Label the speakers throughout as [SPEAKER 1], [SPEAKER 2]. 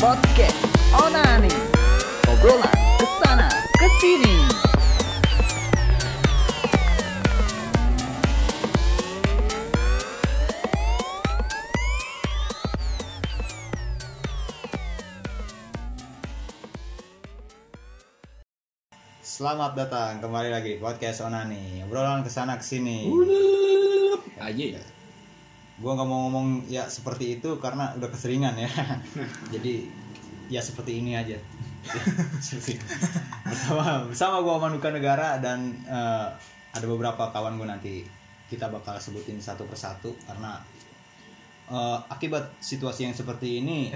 [SPEAKER 1] podcast Onani. Obrolan kesana kesini.
[SPEAKER 2] Selamat datang kembali lagi di podcast Onani. Obrolan kesana kesini.
[SPEAKER 3] Aji.
[SPEAKER 2] Gua nggak mau ngomong ya seperti itu karena udah keseringan ya. Jadi ya seperti ini aja. Seperti- bersama bersama gua Manuka Negara dan eh, ada beberapa kawan gua nanti kita bakal sebutin satu persatu karena eh, akibat situasi yang seperti ini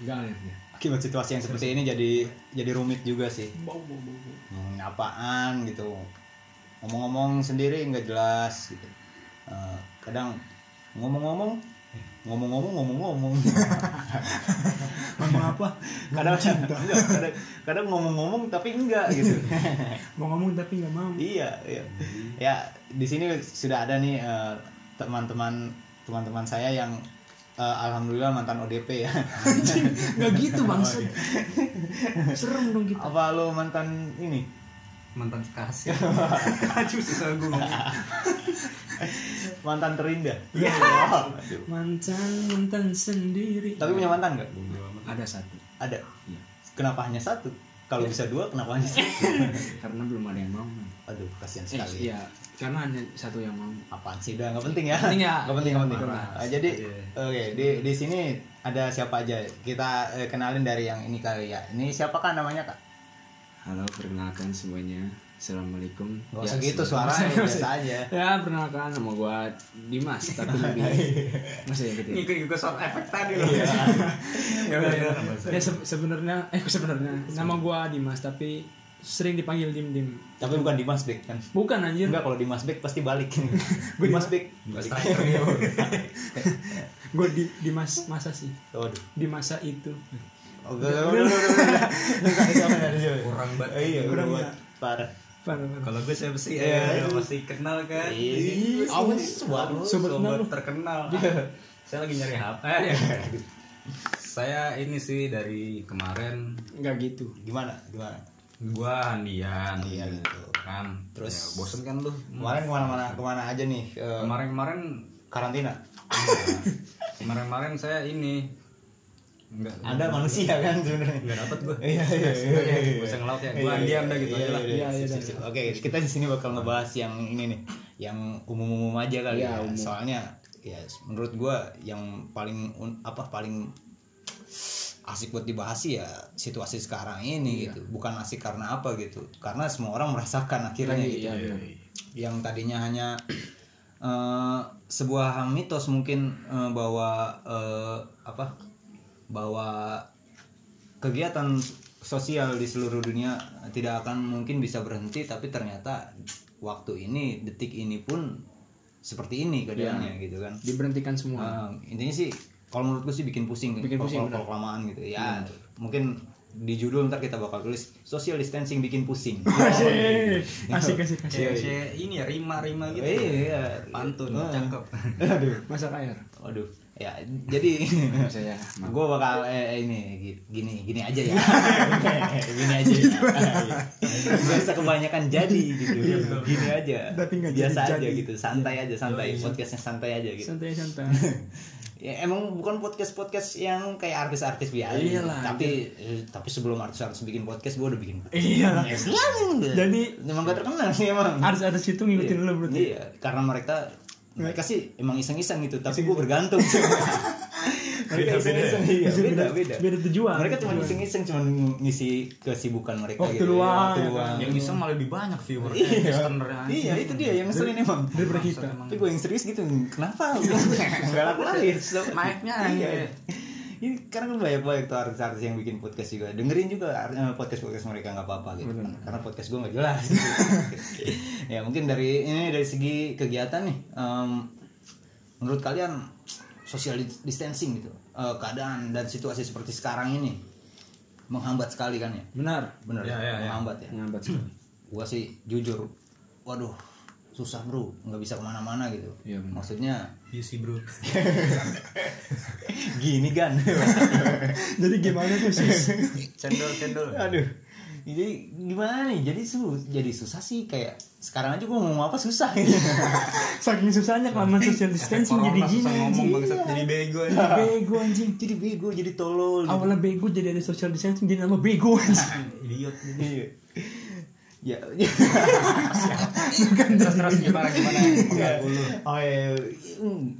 [SPEAKER 3] Enggak
[SPEAKER 2] akibat situasi yang seperti ini jadi jadi rumit juga sih. ngomongin apaan gitu ngomong-ngomong sendiri nggak jelas gitu Eh, kadang ngomong-ngomong ngomong-ngomong ngomong-ngomong
[SPEAKER 4] ngomong apa
[SPEAKER 2] kadang enggak, kadang, kadang ngomong-ngomong tapi enggak gitu
[SPEAKER 4] mau ngomong tapi nggak mau
[SPEAKER 2] iya iya ya di sini sudah ada nih eh, teman-teman teman-teman saya yang eh, alhamdulillah mantan ODP ya
[SPEAKER 3] Iya.
[SPEAKER 4] nggak gitu bangsat serem dong gitu. kita
[SPEAKER 2] apa lo mantan ini
[SPEAKER 5] mantan
[SPEAKER 3] ya.
[SPEAKER 5] kekasih aduh susah gue
[SPEAKER 2] mantan terindah
[SPEAKER 4] Iya.
[SPEAKER 2] Wow. Aduh.
[SPEAKER 4] mantan mantan sendiri
[SPEAKER 2] tapi punya mantan nggak
[SPEAKER 3] Ada satu.
[SPEAKER 2] ada
[SPEAKER 3] Iya.
[SPEAKER 2] kenapa hanya satu kalau bisa dua kenapa hanya satu
[SPEAKER 3] Karena belum ada yang mau. Man.
[SPEAKER 2] aduh kasihan
[SPEAKER 3] Eh,
[SPEAKER 2] sekali
[SPEAKER 3] iya. Karena hanya satu yang mau.
[SPEAKER 2] apaan sih udah nggak penting ya
[SPEAKER 3] Penting ya.
[SPEAKER 2] nggak penting nggak penting
[SPEAKER 5] Iya,
[SPEAKER 2] Ah, jadi
[SPEAKER 5] iya.
[SPEAKER 2] oke di di sini ada siapa aja kita eh, kenalin dari yang ini kali ya ini siapa kan namanya kak
[SPEAKER 3] Halo, perkenalkan semuanya. Assalamualaikum.
[SPEAKER 2] nggak usah gitu suaranya biasa aja
[SPEAKER 3] Ya, perkenalkan nama gua Dimas, tapi lebih masih gitu. ya?
[SPEAKER 5] ngikut ngikut sound efek tadi loh
[SPEAKER 2] Iya.
[SPEAKER 5] ya udah ya
[SPEAKER 4] ya,
[SPEAKER 5] udah, nggak usah.
[SPEAKER 4] ya se- sebenarnya eh sebenarnya nama gua Dimas tapi sering dipanggil Dim Dim
[SPEAKER 2] tapi bukan Dimas Bek kan
[SPEAKER 4] bukan
[SPEAKER 3] Iya.
[SPEAKER 4] anjir
[SPEAKER 2] Enggak kalau Dimas Bek pasti balik Dimas Bek
[SPEAKER 5] Nggak usah,
[SPEAKER 2] Iya.
[SPEAKER 5] ya udah.
[SPEAKER 4] gue di Dimas masa sih
[SPEAKER 2] waduh
[SPEAKER 4] di masa itu
[SPEAKER 2] Oke, udah, udah, udah, udah. Nggak, siapa dari siapa?
[SPEAKER 5] Kurang banget.
[SPEAKER 2] Eh, Iya, kurang
[SPEAKER 4] Kurang banget.
[SPEAKER 2] Parah.
[SPEAKER 4] parah parah
[SPEAKER 5] kalau gue siapa sih
[SPEAKER 2] Iya,
[SPEAKER 5] ya
[SPEAKER 2] iya.
[SPEAKER 5] masih kenal kan
[SPEAKER 2] Iya. Apa sih, sobat lu? Iya.
[SPEAKER 5] sobat,
[SPEAKER 4] Sobat lu.
[SPEAKER 5] terkenal saya lagi nyari HP Eh, saya ini sih dari kemarin
[SPEAKER 4] nggak gitu
[SPEAKER 2] Gimana? Gimana?
[SPEAKER 5] gua Handian
[SPEAKER 2] Iya, gitu.
[SPEAKER 5] kan
[SPEAKER 2] Terus?
[SPEAKER 5] Ya, bosen kan lu
[SPEAKER 2] Kemarin kemana-mana kemana aja nih? eh,
[SPEAKER 5] kemarin kemarin
[SPEAKER 2] karantina.
[SPEAKER 5] kemarin kemarin iya. saya ini enggak
[SPEAKER 2] Anda manusia kan sebenarnya.
[SPEAKER 5] enggak dapat gue
[SPEAKER 2] Iya iya iya. iya, iya.
[SPEAKER 5] Bisa ngelaut ya.
[SPEAKER 2] Iya,
[SPEAKER 5] Gua
[SPEAKER 2] iya,
[SPEAKER 5] Andi Anda gitu
[SPEAKER 2] iya,
[SPEAKER 5] aja lah.
[SPEAKER 2] iya,
[SPEAKER 4] Iya, iya,
[SPEAKER 2] sip,
[SPEAKER 4] iya.
[SPEAKER 2] sip. Oke, kita di sini bakal ngebahas yang ini nih, yang umum-umum aja kali
[SPEAKER 3] Iya,
[SPEAKER 2] ya.
[SPEAKER 3] umum.
[SPEAKER 2] Soalnya ya menurut gua yang paling un- apa paling asik buat dibahas sih ya situasi sekarang ini gitu. Bukan asik karena apa gitu. Karena semua orang merasakan akhirnya gitu
[SPEAKER 3] Iya, iya.
[SPEAKER 2] yang tadinya hanya eh, sebuah hal mitos mungkin eh, bahwa eh, apa bahwa kegiatan sosial di seluruh dunia tidak akan mungkin bisa berhenti tapi ternyata waktu ini detik ini pun seperti ini keadaannya gitu kan
[SPEAKER 3] Diberhentikan semua.
[SPEAKER 2] Nah, intinya sih kalau menurutku sih bikin pusing
[SPEAKER 3] Bikin
[SPEAKER 2] kalau-
[SPEAKER 3] pusing,
[SPEAKER 2] kalau kalau kelamaan gitu ya mungkin di judul ntar kita bakal tulis social distancing bikin pusing
[SPEAKER 3] Ah.
[SPEAKER 4] Asik, asik asik asik
[SPEAKER 5] Kayak kayak ini ya rima-rima gitu.
[SPEAKER 2] Iya,
[SPEAKER 5] Pantun,
[SPEAKER 2] Nah.
[SPEAKER 5] cakep.
[SPEAKER 2] Aduh,
[SPEAKER 3] Masak air.
[SPEAKER 2] aduh. Ya, jadi
[SPEAKER 3] Saya.
[SPEAKER 2] gue bakal eh, ini gi- gini gini aja ya. gini aja. Ya. Gak usah kebanyakan jadi gitu. Gini aja.
[SPEAKER 4] Tapi nggak
[SPEAKER 2] Biasa
[SPEAKER 4] jadi-jadi.
[SPEAKER 2] aja gitu, santai aja, santai. Podcastnya santai aja gitu.
[SPEAKER 4] santai santai
[SPEAKER 2] Ya, emang bukan podcast podcast yang kayak artis-artis biasa.
[SPEAKER 3] Iyalah,
[SPEAKER 2] Tapi eh, tapi sebelum artis-artis bikin podcast, gue udah bikin. podcast.
[SPEAKER 4] iya
[SPEAKER 2] Ya, selalu.
[SPEAKER 4] Jadi-
[SPEAKER 2] emang gak terkenal sih emang.
[SPEAKER 4] harus ada situ ngikutin
[SPEAKER 2] Iya.
[SPEAKER 4] lo berarti
[SPEAKER 2] Iya, karena mereka mereka sih emang iseng-iseng gitu, tapi gue bergantung. mereka iseng-iseng, iya, beda beda.
[SPEAKER 4] beda tujuan Iya.
[SPEAKER 2] Mereka cuma iseng-iseng, cuma ngisi kesibukan mereka
[SPEAKER 4] Waktu
[SPEAKER 2] gitu. ya,
[SPEAKER 4] luang,
[SPEAKER 2] waktu
[SPEAKER 4] ya kan?
[SPEAKER 2] luang.
[SPEAKER 5] Yang bisa malah lebih banyak viewer
[SPEAKER 2] Iya.
[SPEAKER 5] listenernya. kan?
[SPEAKER 2] Iya, itu dia yang ngeselin emang.
[SPEAKER 4] daripada kita
[SPEAKER 2] Tapi gue yang serius gitu, kenapa? Gak laku lagi.
[SPEAKER 5] Naiknya
[SPEAKER 2] Iya.
[SPEAKER 5] iya.
[SPEAKER 2] Ini karena kan banyak banyak tuh artis-artis yang bikin podcast juga. Dengerin juga podcast podcast mereka nggak apa-apa gitu. Karena podcast gue nggak jelas. gitu. ya mungkin dari ini dari segi kegiatan nih. em, menurut kalian social distancing gitu eh, keadaan dan situasi seperti sekarang ini menghambat sekali kan ya?
[SPEAKER 3] Benar.
[SPEAKER 2] Bener
[SPEAKER 5] Ya, ya, ya.
[SPEAKER 2] menghambat ya
[SPEAKER 3] Menghambat sekali.
[SPEAKER 2] gua sih jujur waduh susah bro nggak bisa kemana-mana gitu
[SPEAKER 3] Iya, benar.
[SPEAKER 2] maksudnya
[SPEAKER 5] Iya sih, Bro.
[SPEAKER 2] gini kan
[SPEAKER 4] Jadi gimana tuh sis?
[SPEAKER 5] cendol cendol
[SPEAKER 2] Aduh. Jadi gimana nih? Jadi su jadi susah sih kayak sekarang aja gue ngomong apa susah gitu.
[SPEAKER 4] Saking susahnya kelamaan social distancing jadi gini
[SPEAKER 5] susah ngomong
[SPEAKER 4] anjing.
[SPEAKER 5] bangsat jadi bego anjing.
[SPEAKER 4] Bego anjing.
[SPEAKER 2] jadi bego, jadi tolol. gitu.
[SPEAKER 4] Awalnya bego jadi ada social distancing jadi nama bego anjing.
[SPEAKER 5] idiot
[SPEAKER 2] Iya. Ya.
[SPEAKER 3] Kan
[SPEAKER 5] terus terus gimana gimana mengganggu lu
[SPEAKER 2] oh iya. Hmm,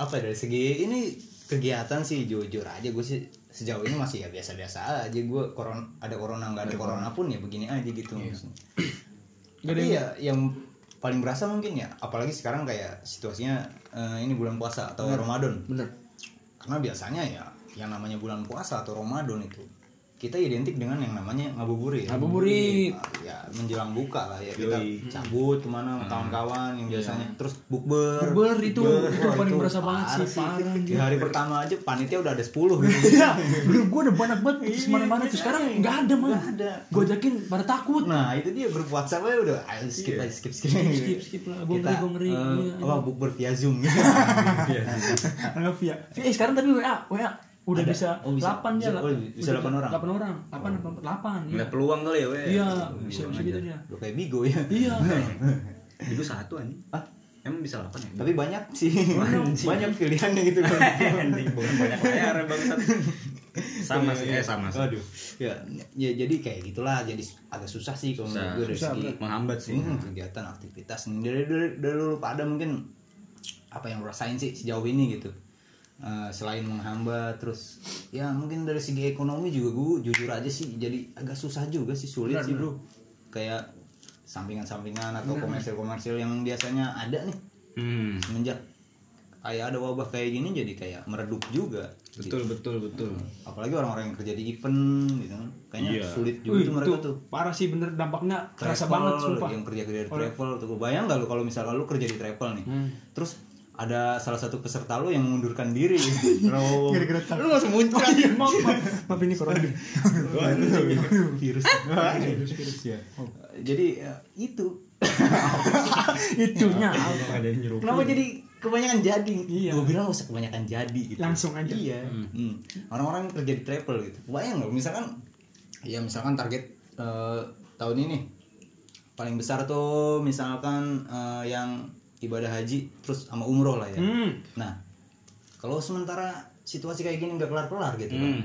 [SPEAKER 2] Apa dari segi ini kegiatan sih jujur aja gue sih sejauh ini masih ya biasa-biasa aja gue koron ada corona nggak ada corona pun ya begini aja gitu maksudnya.
[SPEAKER 4] Gak ada
[SPEAKER 2] Tapi ya yang paling berasa mungkin ya apalagi sekarang kayak situasinya eh, ini bulan puasa atau Ramadan.
[SPEAKER 4] Bener.
[SPEAKER 2] Karena biasanya ya yang namanya bulan puasa atau Ramadan itu kita identik dengan yang namanya ngabuburit.
[SPEAKER 3] Ngabuburit.
[SPEAKER 2] Ah, Ya menjelang buka lah ya kita
[SPEAKER 5] Yoi.
[SPEAKER 2] cabut kemana
[SPEAKER 4] Hmm.
[SPEAKER 2] sama kawan-kawan yang biasanya terus bukber.
[SPEAKER 4] Bukber itu- Iya. itu
[SPEAKER 2] Wah,
[SPEAKER 4] paling berasa banget
[SPEAKER 2] parah
[SPEAKER 4] sih, parah.
[SPEAKER 2] Di hari pertama aja panitia udah ada 10 gitu.
[SPEAKER 4] Iya, gue udah banyak banget putus mana-mana tuh sekarang nggak ada mah.
[SPEAKER 2] Iya, Nggak ada.
[SPEAKER 4] Gue ajakin pada takut.
[SPEAKER 2] Nah itu dia grup WhatsApp aja udah ayo skip aja skip skip
[SPEAKER 4] Iya. Skip, skip lah. Gua ngeri, gua ngeri.
[SPEAKER 2] eh,
[SPEAKER 4] Iya,
[SPEAKER 2] apa bukber via zoom
[SPEAKER 5] Iya,
[SPEAKER 4] Anggap ya. Eh sekarang tapi WA, WA udah
[SPEAKER 2] Ada.
[SPEAKER 4] bisa,
[SPEAKER 2] Oh, bisa.
[SPEAKER 4] 8 dia
[SPEAKER 2] Bisa-
[SPEAKER 4] lah.
[SPEAKER 2] oh, bisa
[SPEAKER 4] Udah
[SPEAKER 2] 8 orang? Oh.
[SPEAKER 4] 8 orang. 8 8. Iya.
[SPEAKER 5] nggak peluang kali ya weh
[SPEAKER 4] Iya,
[SPEAKER 5] Peluang
[SPEAKER 4] bisa bisa
[SPEAKER 5] aja.
[SPEAKER 4] gitu dia.
[SPEAKER 2] Udah kayak bigo ya
[SPEAKER 4] Iya.
[SPEAKER 5] itu satu anjing
[SPEAKER 2] Hah?
[SPEAKER 5] emang bisa delapan ya
[SPEAKER 2] tapi banyak sih banyak pilihannya gitu kan
[SPEAKER 5] Anjing, bukan banyak layar bangsat sama sih eh sama sih
[SPEAKER 2] aduh ya, ya jadi kayak gitulah jadi agak susah sih kalau
[SPEAKER 5] Susah.
[SPEAKER 2] menurut gue dari
[SPEAKER 5] Susah,
[SPEAKER 2] segi
[SPEAKER 5] bener. Menghambat sih.
[SPEAKER 2] Hmm, kegiatan aktivitas dari dari dari lu pada mungkin apa yang lu rasain sih sejauh ini gitu Eh, selain menghambat terus ya mungkin dari segi ekonomi juga gue jujur aja sih jadi agak susah juga sih sulit sih bro kayak sampingan-sampingan atau komersil-komersil yang biasanya ada nih
[SPEAKER 5] hmm
[SPEAKER 2] semenjak kayak ada wabah kayak gini jadi kayak meredup juga gitu. Hmm.
[SPEAKER 5] betul betul betul
[SPEAKER 2] apalagi orang-orang yang kerja di event gitu kan. kayaknya
[SPEAKER 5] Iya.
[SPEAKER 2] sulit juga
[SPEAKER 4] Wih,
[SPEAKER 2] tuh mereka tuh
[SPEAKER 4] Parah sih bener dampaknya kerasa
[SPEAKER 2] Travel,
[SPEAKER 4] banget sumpah.
[SPEAKER 2] yang kerja kerja di travel tuh bayang nggak lu kalau misalnya lu kerja di travel nih
[SPEAKER 4] Hmm.
[SPEAKER 2] terus ada salah satu peserta lu yang mengundurkan diri Bro. lu langsung muncul
[SPEAKER 4] Iya, maaf, maaf. Maaf, ini corona.
[SPEAKER 2] virus jadi ya, itu
[SPEAKER 4] Itunya.
[SPEAKER 2] Kenapa jadi kebanyakan jadi?
[SPEAKER 4] Iya.
[SPEAKER 2] Gue bilang gak usah kebanyakan jadi gitu.
[SPEAKER 4] Langsung aja.
[SPEAKER 2] Iya. Hmm. Orang-orang yang kerja di travel gitu. Bayang nggak? Misalkan, ya misalkan target eh, tahun ini paling besar tuh misalkan eh, yang ibadah haji terus sama umroh lah ya.
[SPEAKER 4] Hmm.
[SPEAKER 2] Nah, kalau sementara situasi kayak gini nggak kelar-kelar gitu kan,
[SPEAKER 5] Hmm.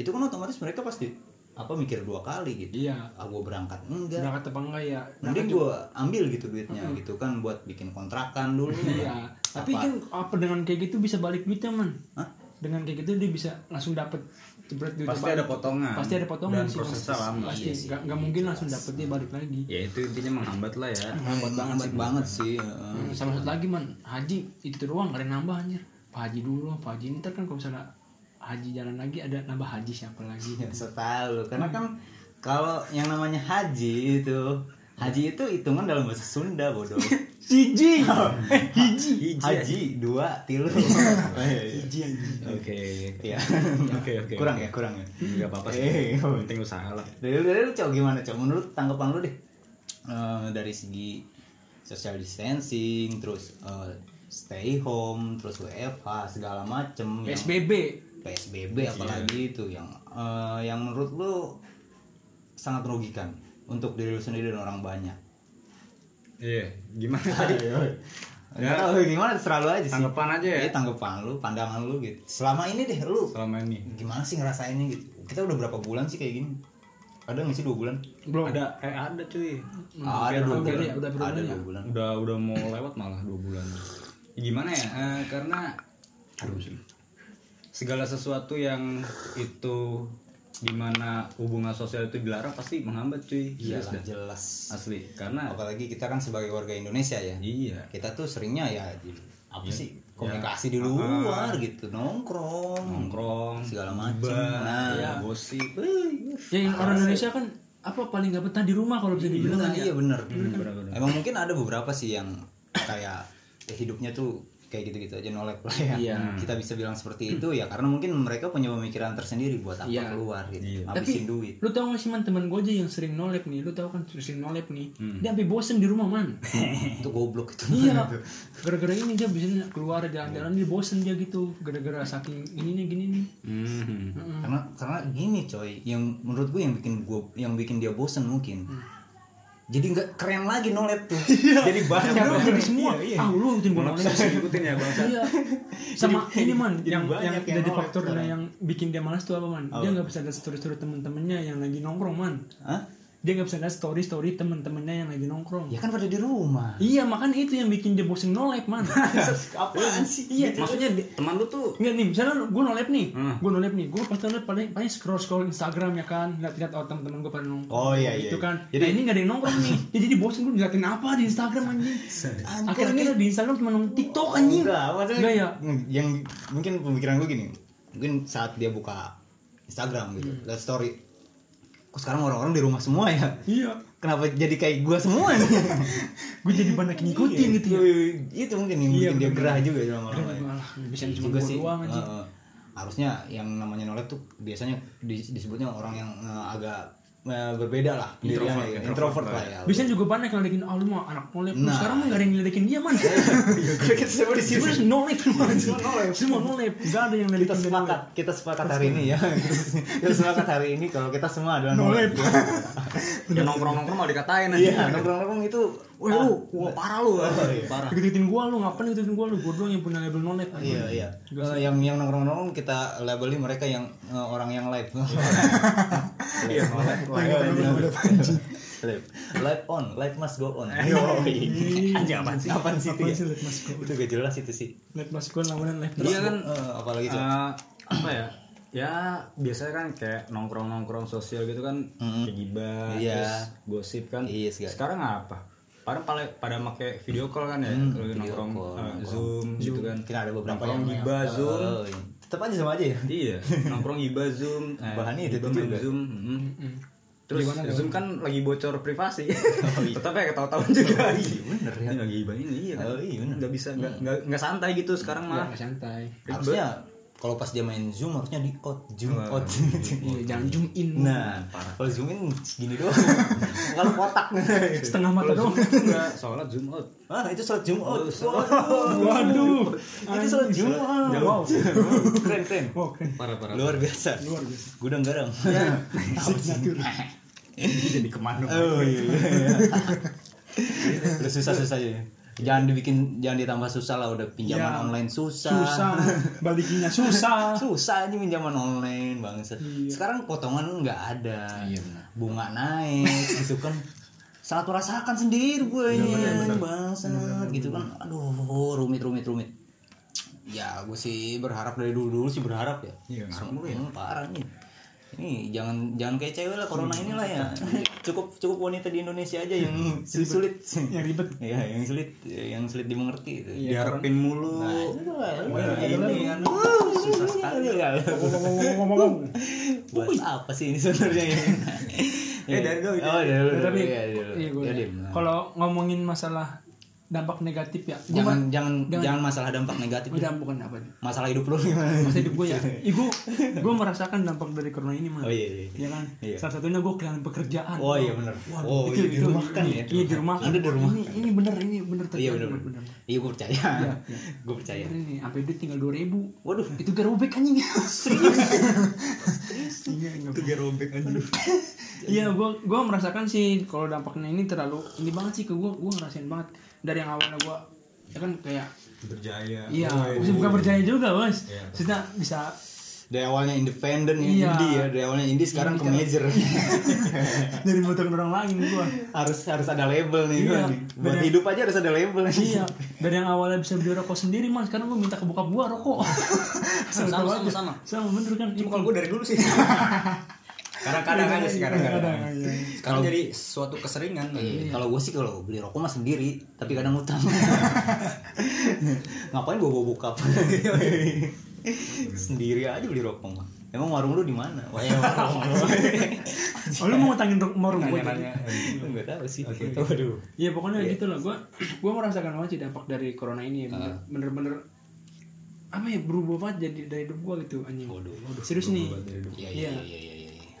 [SPEAKER 2] itu kan otomatis mereka pasti apa mikir dua kali gitu.
[SPEAKER 4] Iya.
[SPEAKER 2] Ah, gue berangkat enggak
[SPEAKER 4] Berangkat apa enggak ya?
[SPEAKER 2] mending gue ambil gitu duitnya gitu kan buat bikin kontrakan dulu
[SPEAKER 4] Iya. Tapi
[SPEAKER 2] Apa?
[SPEAKER 4] kan apa dengan kayak gitu bisa balik duitnya man?
[SPEAKER 2] Hah?
[SPEAKER 4] Dengan kayak gitu dia bisa langsung dapet jebret duit
[SPEAKER 5] Pasti
[SPEAKER 4] balik.
[SPEAKER 5] ada potongan.
[SPEAKER 4] Pasti ada potongan
[SPEAKER 5] Dan
[SPEAKER 4] sih,
[SPEAKER 5] prosesnya
[SPEAKER 4] pasti.
[SPEAKER 5] lama.
[SPEAKER 4] Pasti
[SPEAKER 5] Iya
[SPEAKER 2] sih.
[SPEAKER 4] nggak nggak mungkin langsung dapet dia balik lagi.
[SPEAKER 5] ya itu intinya menghambat lah ya
[SPEAKER 2] hebat banget banget sih Iya, heeh.
[SPEAKER 4] Hmm, Sama satu lagi man, haji itu doang gak ada yang nambah anjir. Pak haji dulu, pak haji ntar kan kalau misalnya haji jalan lagi ada nambah haji siapa lagi?
[SPEAKER 2] Ya, setahu karena kan kalau yang namanya haji itu haji itu hitungan dalam bahasa Sunda bodoh
[SPEAKER 4] Hiji.
[SPEAKER 2] hiji haji dua tilu Oh, iya, iya.
[SPEAKER 5] oke
[SPEAKER 2] Iya.
[SPEAKER 5] Oke, oke,
[SPEAKER 2] kurang
[SPEAKER 5] oke.
[SPEAKER 2] ya kurang ya
[SPEAKER 5] nggak apa-apa
[SPEAKER 2] Eh,
[SPEAKER 5] sih
[SPEAKER 2] iya.
[SPEAKER 5] yang penting usaha lah
[SPEAKER 2] dari lu dari lu cowok gimana cowok menurut tanggapan lu deh Eh, dari segi social distancing terus eh, stay home terus WFH segala macem yang-
[SPEAKER 4] PSBB.
[SPEAKER 2] PSBB apalagi itu yang eh, yang menurut lu sangat merugikan untuk diri lu sendiri dan orang banyak.
[SPEAKER 5] iya gimana tadi
[SPEAKER 2] Ya. Tahu gimana terserah lu aja sih.
[SPEAKER 5] Tanggapan aja ya?
[SPEAKER 2] Iya, tanggapan lu, pandangan lu gitu. Selama ini deh lu
[SPEAKER 5] selama ini
[SPEAKER 2] gimana sih ngerasainnya gitu. Kita udah berapa bulan sih kayak gini? Ada nggak sih dua bulan?
[SPEAKER 4] Belum.
[SPEAKER 5] ada eh ada cuy
[SPEAKER 2] Ah, ada dua
[SPEAKER 4] udah,
[SPEAKER 2] bulan.
[SPEAKER 4] ya, udah berapa
[SPEAKER 2] ada
[SPEAKER 4] bulan
[SPEAKER 2] dua
[SPEAKER 4] ya?
[SPEAKER 2] bulan.
[SPEAKER 5] udah udah mau lewat malah dua bulan Ya, gimana ya Eh, karena aduh sih. segala sesuatu yang itu dimana hubungan sosial itu dilarang pasti menghambat cuy
[SPEAKER 2] Iya
[SPEAKER 5] Serius dah.
[SPEAKER 2] jelas.
[SPEAKER 5] asli karena
[SPEAKER 2] Apalagi kita kan sebagai warga Indonesia ya.
[SPEAKER 5] Ah. iya
[SPEAKER 2] Kita tuh seringnya ya di, apa sih komunikasi di luar gitu nongkrong
[SPEAKER 5] Ah, nongkrong
[SPEAKER 2] segala macam
[SPEAKER 5] bar,
[SPEAKER 2] nah
[SPEAKER 5] ya, gosip Eh,
[SPEAKER 4] Ya yang orang Indonesia kan apa paling gak betah di rumah kalau bisa dibilang
[SPEAKER 2] Nah,
[SPEAKER 4] kan
[SPEAKER 2] iya bener.
[SPEAKER 5] bener-bener.
[SPEAKER 2] Emang mungkin ada beberapa sih yang kayak ya, hidupnya tuh kayak gitu-gitu aja nolak lah ya.
[SPEAKER 4] Iya.
[SPEAKER 2] Kita bisa bilang seperti itu ya karena mungkin mereka punya pemikiran tersendiri buat apa
[SPEAKER 4] Iya.
[SPEAKER 2] keluar gitu.
[SPEAKER 5] Hmm. Iya.
[SPEAKER 2] Habisin duit.
[SPEAKER 4] Lu tau gak sih man temen gue aja yang sering nolep nih Lu tau kan sering nolep nih
[SPEAKER 2] Hmm.
[SPEAKER 4] Dia sampai bosen di rumah man
[SPEAKER 2] itu goblok itu. Gitu.
[SPEAKER 4] Iya Gara-gara ini dia bisa keluar jalan-jalan Dia bosen dia gitu Gara-gara saking ini nih gini nih
[SPEAKER 5] hmm.
[SPEAKER 2] karena karena gini coy yang menurut gue yang bikin gue yang bikin dia bosen mungkin jadi nggak keren lagi nolet tuh jadi banyak
[SPEAKER 4] Karena
[SPEAKER 2] banget.
[SPEAKER 4] dari semua.
[SPEAKER 2] iya.
[SPEAKER 4] Ah, lu ikutin bola
[SPEAKER 5] Maksa
[SPEAKER 4] olahraga.
[SPEAKER 5] ngikutin ya bangsa.
[SPEAKER 4] Iya. Sama ini man,
[SPEAKER 2] jadi
[SPEAKER 4] yang
[SPEAKER 2] banyak
[SPEAKER 4] yang
[SPEAKER 2] yang
[SPEAKER 4] jadi
[SPEAKER 2] nolak
[SPEAKER 4] faktornya
[SPEAKER 2] sekarang. Oh.
[SPEAKER 4] yang bikin dia malas tuh apa man? Dia nggak bisa lihat story-story temen-temennya yang lagi nongkrong man.
[SPEAKER 2] Hah?
[SPEAKER 4] Dia nggak bisa lihat story-story temen-temennya yang lagi nongkrong.
[SPEAKER 2] ya kan pada di rumah
[SPEAKER 4] Iya, makan itu yang bikin dia bosen nolep man.
[SPEAKER 2] apaan sih Gitu.
[SPEAKER 4] Iya.
[SPEAKER 5] Maksudnya di- teman lu tuh
[SPEAKER 4] Nggak nih, misalnya gue nolep nih,
[SPEAKER 5] Hmm.
[SPEAKER 4] gue nolep nih, gue pasti nolep paling paling scroll scroll Instagram ya kan, lihat lihat oh teman-teman gue pada nongkrong.
[SPEAKER 2] Oh, iya, iya, iya.
[SPEAKER 4] Itu kan. Jadi
[SPEAKER 2] Jadi-
[SPEAKER 4] ini nggak ada yang nongkrong nih, Ya, jadi bosen gue ngeliatin apa di Instagram anjing. Akhirnya kita di Instagram cuma nonton TikTok
[SPEAKER 2] Oh,
[SPEAKER 4] anjing.
[SPEAKER 2] enggak maksudnya
[SPEAKER 4] Nggak, ya.
[SPEAKER 2] yang mungkin pemikiran gue gini mungkin saat dia buka Instagram gitu lihat story kok sekarang orang-orang di rumah semua ya
[SPEAKER 4] Iya.
[SPEAKER 2] kenapa jadi kayak gue semua nih
[SPEAKER 4] Gue
[SPEAKER 2] Iya,
[SPEAKER 4] jadi banyak ngikutin gitu ya.
[SPEAKER 2] itu mungkin yang
[SPEAKER 4] Iya,
[SPEAKER 2] bikin dia
[SPEAKER 4] bener-bener.
[SPEAKER 2] gerah juga lama-lama ya.
[SPEAKER 4] Malah bisa
[SPEAKER 2] Iya
[SPEAKER 4] cuma gue doang anjing.
[SPEAKER 2] Heeh. harusnya yang namanya nolet tuh biasanya di- disebutnya orang yang eh, agak eh, berbeda lah
[SPEAKER 5] Introvert,
[SPEAKER 2] pilihannya ya.
[SPEAKER 5] introvert
[SPEAKER 2] introvert
[SPEAKER 5] lah
[SPEAKER 2] lah
[SPEAKER 5] ya.
[SPEAKER 2] ya
[SPEAKER 4] Bisa juga banyak ngeledekin ah lu mah anak nolep. Lu
[SPEAKER 2] Nah. Iya,
[SPEAKER 4] Sekarang mah gak ada yang ngeledekin dia man.
[SPEAKER 5] Iya,
[SPEAKER 2] kita semua di sini
[SPEAKER 4] Terus nolep man. Semua nolep. Semua nolep. Gak ada
[SPEAKER 2] Iya, kita
[SPEAKER 4] yang ngeledekin dia,
[SPEAKER 2] sepakat kita sepakat hari ini ya kita sepakat hari ini kalau kita semua adalah nolet
[SPEAKER 5] ya nongkrong-nongkrong malah dikatain aja.
[SPEAKER 2] iya nongkrong-nongkrong itu
[SPEAKER 5] Wah lu, wah parah lu. Parah.
[SPEAKER 4] Ikut-ikutin gua lu ngapain ikutin gua lu Gua doang yang punya label nolep
[SPEAKER 2] Iya iya. Eh, yang yang nongkrong nongkrong kita labeli mereka yang eh, orang yang live. Iya live. Live. Live on, live must go on.
[SPEAKER 5] Iya.
[SPEAKER 2] Ayo. Anjir apaan sih? Apaan sih itu?
[SPEAKER 4] Apaan
[SPEAKER 2] ya?
[SPEAKER 4] sih live must go
[SPEAKER 2] Itu gak jelas itu sih.
[SPEAKER 4] Lihat mas gua lamunan live
[SPEAKER 5] Dia kan
[SPEAKER 2] Eh, apalagi sih?
[SPEAKER 5] eh, apa ya? Ya biasanya kan kayak nongkrong-nongkrong sosial gitu kan kayak gibah,
[SPEAKER 2] Iya.
[SPEAKER 5] terus gosip kan.
[SPEAKER 2] Iya, segala-
[SPEAKER 5] Sekarang apa? Padahal pada pada make video call kan ya, kalau
[SPEAKER 2] Hmm, video
[SPEAKER 5] nongkrong
[SPEAKER 2] call,
[SPEAKER 5] eh,
[SPEAKER 2] nongkrong.
[SPEAKER 5] Zoom, gitu kan.
[SPEAKER 2] Mungkin ada beberapa
[SPEAKER 5] nongkrong
[SPEAKER 2] yang
[SPEAKER 5] gibah Zoom.
[SPEAKER 2] Eh, iya. Tetap aja sama aja ya.
[SPEAKER 5] iya, nongkrong gibah Zoom. eh,
[SPEAKER 2] Bahannya itu
[SPEAKER 5] gibah main
[SPEAKER 2] juga.
[SPEAKER 5] Zoom. mm. Terus Zoom kan lagi bocor privasi. Tetap ya ketahuan juga.
[SPEAKER 2] Oh, Iya bener ya.
[SPEAKER 5] Ini lagi gibah ini iya. kan?
[SPEAKER 2] Oh, iya, bener.
[SPEAKER 5] Nggak bisa nggak nggak nggak santai gitu sekarang mah.
[SPEAKER 4] Iya, Nggak santai
[SPEAKER 2] Harusnya kalau pas dia main zoom harusnya di out zoom
[SPEAKER 5] Wah.
[SPEAKER 2] out.
[SPEAKER 4] Iya
[SPEAKER 2] Eh,
[SPEAKER 4] jangan zoom in
[SPEAKER 2] Nah, kalau zoom in segini doang. Kalau kotak.
[SPEAKER 4] Setengah mata
[SPEAKER 5] Kalau
[SPEAKER 4] doang
[SPEAKER 5] Zoom tuh nggak sholat Zoom out.
[SPEAKER 2] Ah, itu sholat Jumat.
[SPEAKER 5] Oh, sholat.
[SPEAKER 4] Waduh
[SPEAKER 2] Itu sholat Jumat.
[SPEAKER 4] Wow
[SPEAKER 2] Keren, keren.
[SPEAKER 4] Wow keren
[SPEAKER 5] Parah parah.
[SPEAKER 2] Luar biasa.
[SPEAKER 4] Luar biasa.
[SPEAKER 2] Gudang garam.
[SPEAKER 5] jadi kemana?
[SPEAKER 2] Oh iya. Udah susah-susah aja. Jangan dibikin jangan ditambah susah lah udah pinjaman
[SPEAKER 4] Iya.
[SPEAKER 2] online susah.
[SPEAKER 4] Susah Balikinnya susah
[SPEAKER 2] Susah aja pinjaman online bangsa.
[SPEAKER 4] Iya.
[SPEAKER 2] Sekarang potongan nggak ada. Bunga naik gitu kan. Sangat merasakan sendiri gue
[SPEAKER 4] Iya,
[SPEAKER 2] ini bangsa gitu kan. Aduh, rumit rumit rumit. Ya, gue sih berharap dari dulu dulu sih berharap ya.
[SPEAKER 5] Iya,
[SPEAKER 2] Sekarang hmm, parah nih. Ini jangan jangan kayak cewek lah corona
[SPEAKER 4] Iya,
[SPEAKER 2] inilah ya. cukup cukup wanita di Indonesia aja yang sulit.
[SPEAKER 4] Yang ribet Iya,
[SPEAKER 2] ya, yang sulit yang sulit dimengerti itu.
[SPEAKER 5] Diharapin mulu.
[SPEAKER 2] Nah, itu lah.
[SPEAKER 5] ini kan susah sekali.
[SPEAKER 2] Buat apa sih ini sebenarnya ini?
[SPEAKER 5] Eh, dari dulu,
[SPEAKER 2] Oh, dari dulu.
[SPEAKER 4] Tapi
[SPEAKER 2] Iya, dari dulu.
[SPEAKER 4] iya, gua-
[SPEAKER 2] Ya, Dim.
[SPEAKER 4] Kalau ngomongin masalah Dampak negatif ya gua
[SPEAKER 2] jangan
[SPEAKER 4] kan-
[SPEAKER 2] jangan
[SPEAKER 4] jangan.
[SPEAKER 2] jangan masalah dampak negatif. ya.
[SPEAKER 4] Udah bukan apa
[SPEAKER 2] Masalah hidup lu gimana? Iya,
[SPEAKER 4] Masa hidup gue ya Ibu Gue merasakan dampak dari corona ini man
[SPEAKER 2] Oh iya iya.
[SPEAKER 4] Iya kan?
[SPEAKER 2] Iya.
[SPEAKER 4] Salah satunya gue kehilangan pekerjaan.
[SPEAKER 2] Oh, iya, bener.
[SPEAKER 4] Waduh,
[SPEAKER 2] Oh,
[SPEAKER 4] itu,
[SPEAKER 2] iya, di
[SPEAKER 4] itu-
[SPEAKER 2] rumah kan ya, di
[SPEAKER 4] Iya di
[SPEAKER 2] rumah.
[SPEAKER 4] rumah. kan.
[SPEAKER 2] Anda di rumah
[SPEAKER 4] Ini, ini bener ini bener terjadi.
[SPEAKER 2] Iya benar.
[SPEAKER 4] bener. iya.
[SPEAKER 2] Iya gue percaya. Gue percaya.
[SPEAKER 4] Bener ini sampai duit tinggal dua ribu.
[SPEAKER 2] Waduh.
[SPEAKER 4] Itu gerobek anjing. Serius. Iya iya.
[SPEAKER 5] Tiga robek aja.
[SPEAKER 4] Iya gue gue merasakan sih kalau dampaknya ini terlalu ini banget sih ke gue gue ngerasain banget dari yang awalnya gue ya kan kayak
[SPEAKER 5] Berjaya.
[SPEAKER 4] iya
[SPEAKER 5] Woi.
[SPEAKER 4] maksudnya bukan percaya juga
[SPEAKER 5] Oh,
[SPEAKER 4] bos
[SPEAKER 5] Iya.
[SPEAKER 4] maksudnya bisa
[SPEAKER 2] Dari awalnya independen ya,
[SPEAKER 4] Iya.
[SPEAKER 2] indie ya. Dari awalnya indie sekarang ke major.
[SPEAKER 4] dari motor orang lain gue
[SPEAKER 2] harus harus ada label nih
[SPEAKER 4] Iya,
[SPEAKER 2] gua nih. Buat
[SPEAKER 4] bener.
[SPEAKER 2] hidup aja harus ada label.
[SPEAKER 4] Iya, dari yang awalnya bisa beli rokok sendiri man, sekarang gue minta ke bokap gue rokok. sama,
[SPEAKER 5] sama, sama.
[SPEAKER 4] Sama bener kan?
[SPEAKER 5] Cuma kalau gue dari dulu sih. Kadang-kadang aja sih kadang-kadang. Sekarang jadi suatu keseringan.
[SPEAKER 2] Iya, Kalau gue sih kalau beli rokok mah sendiri, tapi kadang utang. Ngapain gue bawa bokap? sendiri aja beli rokok mah. Emang warung lu di mana? Wah, ya warung lu.
[SPEAKER 4] Oh, lu mau ngutangin rokok mau rokok?
[SPEAKER 5] Nanya-nanya.
[SPEAKER 2] Enggak tahu sih. Waduh.
[SPEAKER 4] Iya pokoknya gitu lah. Gue gue merasakan banget sih dampak dari corona ini. ya. Bener- Bener-bener apa ya berubah banget jadi dari hidup gue gitu anjing. Serius nih.
[SPEAKER 2] Iya,
[SPEAKER 4] Iya.
[SPEAKER 2] iya, iya, iya, iya.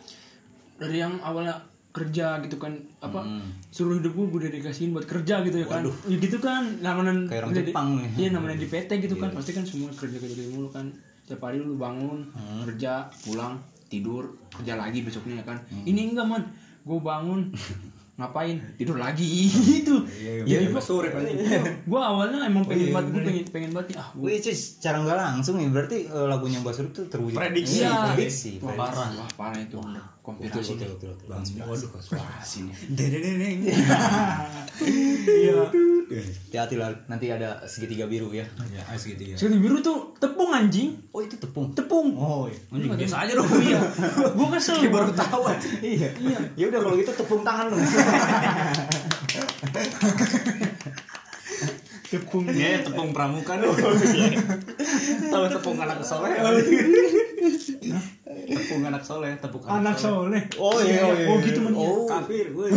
[SPEAKER 4] Dari yang awalnya kerja gitu kan apa seluruh hidup gue udah dikasihin buat kerja gitu ya kan ya gitu kan namanya
[SPEAKER 2] Kayak orang
[SPEAKER 4] udah di-
[SPEAKER 2] Jepang nih.
[SPEAKER 4] iya namanya di PT gitu kan pasti kan semua kerja kerja mulu kan tiap hari lu bangun kerja pulang tidur kerja lagi besoknya ya kan ini enggak man gue bangun ngapain tidur lagi Gitu. itu
[SPEAKER 5] Iya, iya, sore kan.
[SPEAKER 4] gue awalnya emang pengen banget gue pengen pengen banget ah gua-
[SPEAKER 2] Which is secara nggak langsung ya berarti eh, lagunya Mbak Surip itu terwujud.
[SPEAKER 5] Prediksi,
[SPEAKER 2] Iya,
[SPEAKER 4] Iya.
[SPEAKER 2] prediksi.
[SPEAKER 4] Wah,
[SPEAKER 2] prediksi. Nah,
[SPEAKER 4] parah wah parah itu
[SPEAKER 2] Itu sih
[SPEAKER 4] konspirasi
[SPEAKER 2] itu, itu, itu.
[SPEAKER 5] Bang, waduh, konspirasi nih.
[SPEAKER 2] Iya. Hati-hati lah nanti ada segitiga biru ya.
[SPEAKER 5] Ya, ice gitu ya.
[SPEAKER 4] Sekali biru tuh tepung anjing
[SPEAKER 2] Oh itu tepung.
[SPEAKER 4] tepung
[SPEAKER 2] Oh iya.
[SPEAKER 5] Anjing,
[SPEAKER 4] biasa aja dong iya gue kesel baru tahu
[SPEAKER 2] Iya. Ya udah kalau gitu tepung tangan lu.
[SPEAKER 4] tepung
[SPEAKER 5] Iya, tepung pramuka dong. Tahu tepung anak soleh. tepung anak soleh, tepung
[SPEAKER 4] anak soleh
[SPEAKER 2] Oh iya, oh, iya.
[SPEAKER 4] oh gitu men
[SPEAKER 2] Oh.
[SPEAKER 5] Kafir, gue.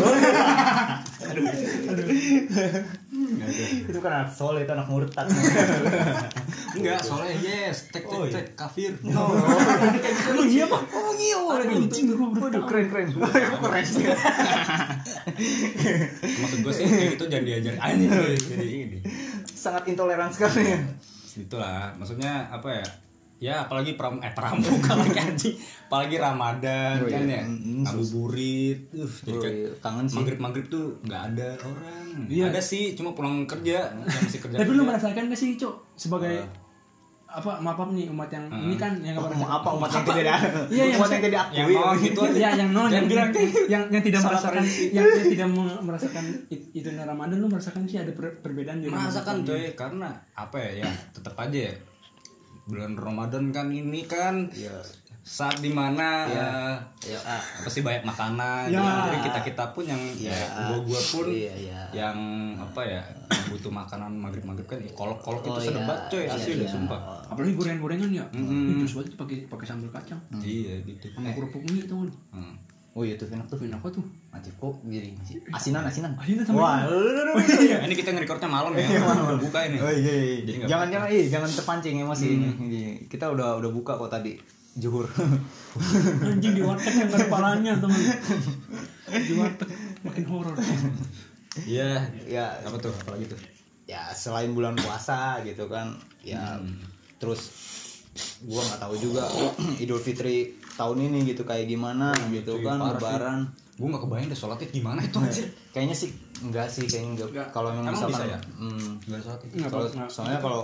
[SPEAKER 2] itu kan anak soleh itu anak murtad.
[SPEAKER 5] Enggak, soleh yes, tek tek tek kafir.
[SPEAKER 4] lu iya pak oh iya anjing gue baru keren keren
[SPEAKER 5] Maksud gue sih kayak gitu jangan diajar aja jadi ini.
[SPEAKER 2] Sangat intoleran sekali ya.
[SPEAKER 5] Itulah, maksudnya apa ya? Ya apalagi pram eh pramuka lagi anjing. Apalagi Ramadan kan
[SPEAKER 2] iya.
[SPEAKER 5] ya. Ngabuburit, uh
[SPEAKER 2] Mm,
[SPEAKER 5] jadi
[SPEAKER 2] Oh,
[SPEAKER 5] kayak
[SPEAKER 2] iya, kangen sih.
[SPEAKER 5] Maghrib-maghrib tuh nggak ada orang.
[SPEAKER 4] Iya.
[SPEAKER 5] Ada sih, cuma pulang kerja yang masih kerja.
[SPEAKER 4] tapi lu merasakan gak sih cok sebagai apa maaf apa nih umat yang ini kan yang gak
[SPEAKER 2] Mau
[SPEAKER 4] merasa
[SPEAKER 2] apa Ah. Oh, umat yang tidak ada?
[SPEAKER 4] Iya, iya,
[SPEAKER 2] umat yang
[SPEAKER 4] maksudnya-
[SPEAKER 2] tidak
[SPEAKER 5] Ah. yang
[SPEAKER 2] akui.
[SPEAKER 5] mau gitu aja.
[SPEAKER 4] ya yang non yang,
[SPEAKER 5] bilang
[SPEAKER 4] yang,
[SPEAKER 5] kayak
[SPEAKER 4] yang tidak
[SPEAKER 5] salah
[SPEAKER 4] merasakan
[SPEAKER 5] persepsi.
[SPEAKER 4] yang, yang tidak me- merasakan it- itu nah, Ramadan lu merasakan sih ada per- perbedaan di
[SPEAKER 5] merasakan
[SPEAKER 4] Ramadan.
[SPEAKER 5] coy karena apa ya ya tetap aja ya bulan Ramadan kan ini kan
[SPEAKER 2] Iya.
[SPEAKER 5] saat dimana eh,
[SPEAKER 2] Ya, ah.
[SPEAKER 5] pasti banyak makanan
[SPEAKER 4] Ya.
[SPEAKER 5] jadi kita kita pun yang
[SPEAKER 2] Ya.
[SPEAKER 5] gua gua pun
[SPEAKER 2] Iya, iya.
[SPEAKER 5] yang apa ya yang butuh makanan maghrib maghrib kan kolok kolok
[SPEAKER 2] Oh,
[SPEAKER 5] itu sedep
[SPEAKER 2] iya.
[SPEAKER 5] banget coy
[SPEAKER 2] Iya,
[SPEAKER 5] asli
[SPEAKER 2] iya.
[SPEAKER 5] udah sumpah
[SPEAKER 4] apalagi goreng-gorengan ya
[SPEAKER 5] Mm-hmm.
[SPEAKER 4] mm. terus banget pakai pakai sambal kacang
[SPEAKER 5] iya gitu
[SPEAKER 4] sama kerupuk mie tau lu
[SPEAKER 5] Hmm.
[SPEAKER 2] Oh iya tuh enak tuh.
[SPEAKER 4] Enak apa tuh
[SPEAKER 2] Mati kok jadi asinan asinan.
[SPEAKER 4] Asinan sama
[SPEAKER 2] Wah, lu, lu, lu, lu.
[SPEAKER 5] Ya, ini kita ngerekordnya malam ya udah buka
[SPEAKER 2] Iya,
[SPEAKER 5] ini
[SPEAKER 2] Oh iya, iya.
[SPEAKER 5] Jadi nggak
[SPEAKER 2] Jangan jangan iya, jangan terpancing emosi ini. Iya, Kita udah udah buka kok tadi. Juhur.
[SPEAKER 4] anjing di warteg yang ada palanya teman di warteg makin horor
[SPEAKER 5] iya
[SPEAKER 2] ya,
[SPEAKER 5] apa tuh apa lagi tuh
[SPEAKER 2] ya selain bulan puasa gitu kan. Ya terus gua nggak tahu juga Idul Fitri tahun ini gitu kayak gimana gitu
[SPEAKER 5] Cuy,
[SPEAKER 2] kan
[SPEAKER 5] parah sih.
[SPEAKER 2] lebaran.
[SPEAKER 5] gua nggak kebayang deh sholatnya gimana itu anjir
[SPEAKER 2] Kayaknya sih enggak sih kayaknya
[SPEAKER 4] Nggak.
[SPEAKER 2] enggak. Kalau memang
[SPEAKER 5] Emang
[SPEAKER 2] misalkan
[SPEAKER 5] bisa ya?
[SPEAKER 2] hmm,
[SPEAKER 5] nggak sholat itu
[SPEAKER 4] Nggak
[SPEAKER 2] kalau-
[SPEAKER 4] apa-apa.
[SPEAKER 2] soalnya kalau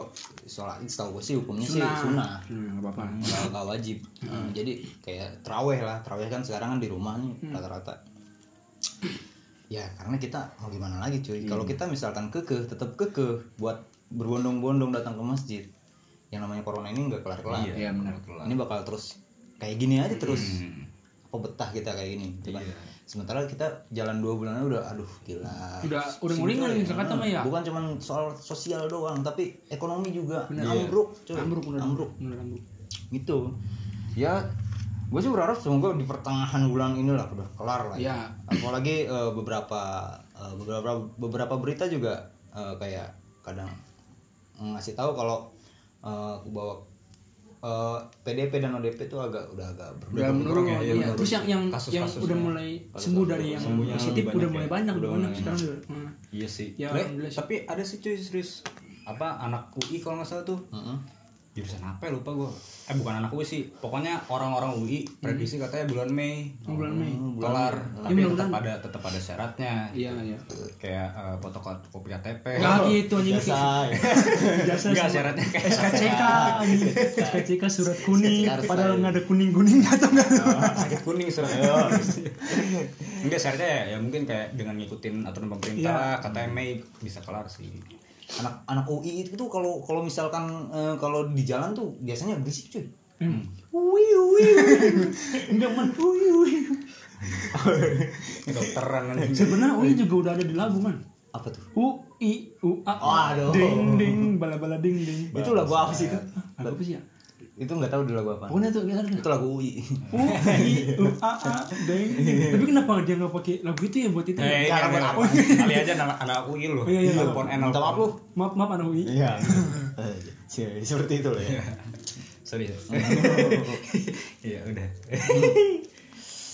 [SPEAKER 2] sholat setahu gue sih hukumnya
[SPEAKER 4] Sunnah.
[SPEAKER 2] sih sunnah
[SPEAKER 4] Hmm, nggak apa-apa
[SPEAKER 2] nggak nggak wajib Hmm, jadi kayak traweh lah traweh kan sekarang kan di rumah nih
[SPEAKER 4] Hmm.
[SPEAKER 2] rata-rata ya karena kita mau gimana lagi cuy kalau
[SPEAKER 4] Iya.
[SPEAKER 2] kita misalkan kekeh tetap kekeh buat berbondong-bondong datang ke masjid yang namanya corona ini nggak kelar-kelar
[SPEAKER 4] iya benar
[SPEAKER 2] ini bakal terus kayak gini aja terus apa betah kita kayak gini gitu kan sementara kita jalan dua bulan aja udah aduh gila
[SPEAKER 4] Udah uring-uringan
[SPEAKER 2] Sibuk
[SPEAKER 4] nih, kata mah ya.
[SPEAKER 2] bukan cuman soal sosial doang tapi ekonomi juga
[SPEAKER 4] Bener. Iya.
[SPEAKER 2] ambruk cuy
[SPEAKER 4] ambruk benar
[SPEAKER 2] ambruk
[SPEAKER 4] ambruk benar ambruk
[SPEAKER 2] gitu ya gue sih berharap semoga di pertengahan bulan inilah udah kelar lah
[SPEAKER 4] Ya.
[SPEAKER 2] apalagi eh, beberapa eh, beberapa beberapa berita juga eh, kayak kadang ngasih tahu kalau eh, bahwa eh, PDP dan ODP itu agak udah agak
[SPEAKER 4] udah
[SPEAKER 2] berbeda
[SPEAKER 4] menurun
[SPEAKER 5] ya, iya,
[SPEAKER 4] iya.
[SPEAKER 5] menurun.
[SPEAKER 4] terus yang yang yang
[SPEAKER 5] Kasus-kasusnya.
[SPEAKER 4] udah mulai sembuh dari yang
[SPEAKER 5] Sembuhnya
[SPEAKER 4] positif
[SPEAKER 5] lebih
[SPEAKER 4] udah
[SPEAKER 5] banyak
[SPEAKER 4] mulai
[SPEAKER 5] ya.
[SPEAKER 4] banyak
[SPEAKER 5] Udah
[SPEAKER 4] udah
[SPEAKER 5] banyak.
[SPEAKER 4] sekarang udah hmm.
[SPEAKER 5] Iya sih.
[SPEAKER 4] Ya,
[SPEAKER 5] Le,
[SPEAKER 4] alhamdulillah sih.
[SPEAKER 5] tapi ada sih cuy serius apa anak UI kalau nggak salah tuh. Jurusan apa ya lupa gue. Eh bukan anak UI sih. Pokoknya orang-orang UI prediksi katanya bulan Mei.
[SPEAKER 4] Oh, bulan Mei
[SPEAKER 5] kelar. Tapi
[SPEAKER 4] Iya,
[SPEAKER 5] tetap
[SPEAKER 4] bulan-
[SPEAKER 5] ada tetap ada syaratnya.
[SPEAKER 4] iya iya
[SPEAKER 5] Kayak eh, fotokopi KTP.
[SPEAKER 4] Nggak gitu anjing
[SPEAKER 2] biasa ya.
[SPEAKER 4] biasa
[SPEAKER 5] Nggak,
[SPEAKER 4] semua. Eh,
[SPEAKER 5] syaratnya kayak
[SPEAKER 4] SKCK anjing. SKCK surat kuning
[SPEAKER 2] harus
[SPEAKER 4] padahal
[SPEAKER 2] ada.
[SPEAKER 4] nggak ada kuning-kuning atau nggak ada
[SPEAKER 5] sakit kuning
[SPEAKER 4] Iya.
[SPEAKER 5] suratnya. Enggak syaratnya ya, ya mungkin kayak dengan ngikutin aturan pemerintah
[SPEAKER 4] Iya.
[SPEAKER 5] katanya Mei bisa kelar sih.
[SPEAKER 2] anak anak UI itu tuh kalau kalau misalkan eh, kalau di jalan tuh biasanya berisik cuy Wih, wih, wih.
[SPEAKER 4] nggak man Ui, ui.
[SPEAKER 5] Dokteran anjing.
[SPEAKER 4] sebenarnya UI juga udah ada di lagu man
[SPEAKER 2] apa tuh
[SPEAKER 4] U I U A
[SPEAKER 2] Waduh.
[SPEAKER 4] ding ding bala bala ding ding
[SPEAKER 2] itu lagu apa sih itu
[SPEAKER 4] lagu apa sih ya
[SPEAKER 2] itu nggak tahu dulu lagu apa
[SPEAKER 4] pokoknya tuh nggak ada
[SPEAKER 2] itu lagu UI
[SPEAKER 4] U I U A A ding ding tapi kenapa dia nggak pakai lagu itu ya buat itu ya?
[SPEAKER 5] Eh,
[SPEAKER 2] Nggak,
[SPEAKER 5] jangan
[SPEAKER 2] nggak,
[SPEAKER 5] apa Kali aja anak anak UI lu.
[SPEAKER 4] Iya, iya, iya.
[SPEAKER 5] Telepon enel.
[SPEAKER 2] minta maaf lu
[SPEAKER 4] maaf maaf anak UI
[SPEAKER 2] iya seperti itu loh
[SPEAKER 4] Iya.
[SPEAKER 2] ya
[SPEAKER 5] Sorry. Iya udah.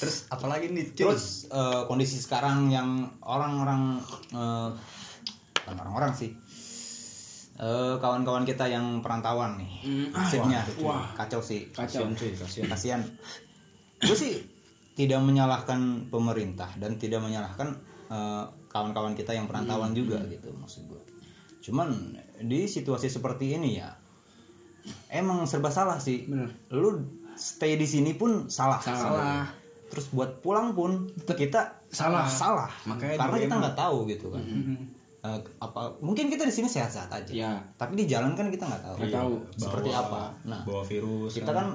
[SPEAKER 5] Terus apalagi nih cuy?
[SPEAKER 2] terus eh, kondisi sekarang yang orang-orang eh, bukan orang-orang sih Eh, kawan-kawan kita
[SPEAKER 5] Hmm.
[SPEAKER 2] yang perantauan nih nasibnya
[SPEAKER 4] wah.
[SPEAKER 2] kacau sih
[SPEAKER 5] kasihan cuy kasihan.
[SPEAKER 2] kasihan gue sih tidak menyalahkan pemerintah dan tidak menyalahkan eh, kawan-kawan kita yang perantauan
[SPEAKER 4] Hmm.
[SPEAKER 2] juga gitu maksud gue cuman di situasi seperti ini ya emang serba salah sih
[SPEAKER 4] Bener.
[SPEAKER 2] lu stay di sini pun salah
[SPEAKER 4] Salah.
[SPEAKER 2] terus buat pulang pun kita
[SPEAKER 4] Salah.
[SPEAKER 2] salah
[SPEAKER 5] Makanya
[SPEAKER 2] karena
[SPEAKER 5] dia
[SPEAKER 2] kita
[SPEAKER 5] emang-
[SPEAKER 2] nggak tahu gitu kan
[SPEAKER 4] Hmm,
[SPEAKER 2] Eh, apa mungkin kita di sini sehat-sehat aja
[SPEAKER 3] Ya.
[SPEAKER 2] tapi di jalan kan kita nggak tahu
[SPEAKER 4] Nggak tahu.
[SPEAKER 2] seperti
[SPEAKER 5] Bawa-
[SPEAKER 2] apa nah
[SPEAKER 5] bawa virus
[SPEAKER 2] kita kan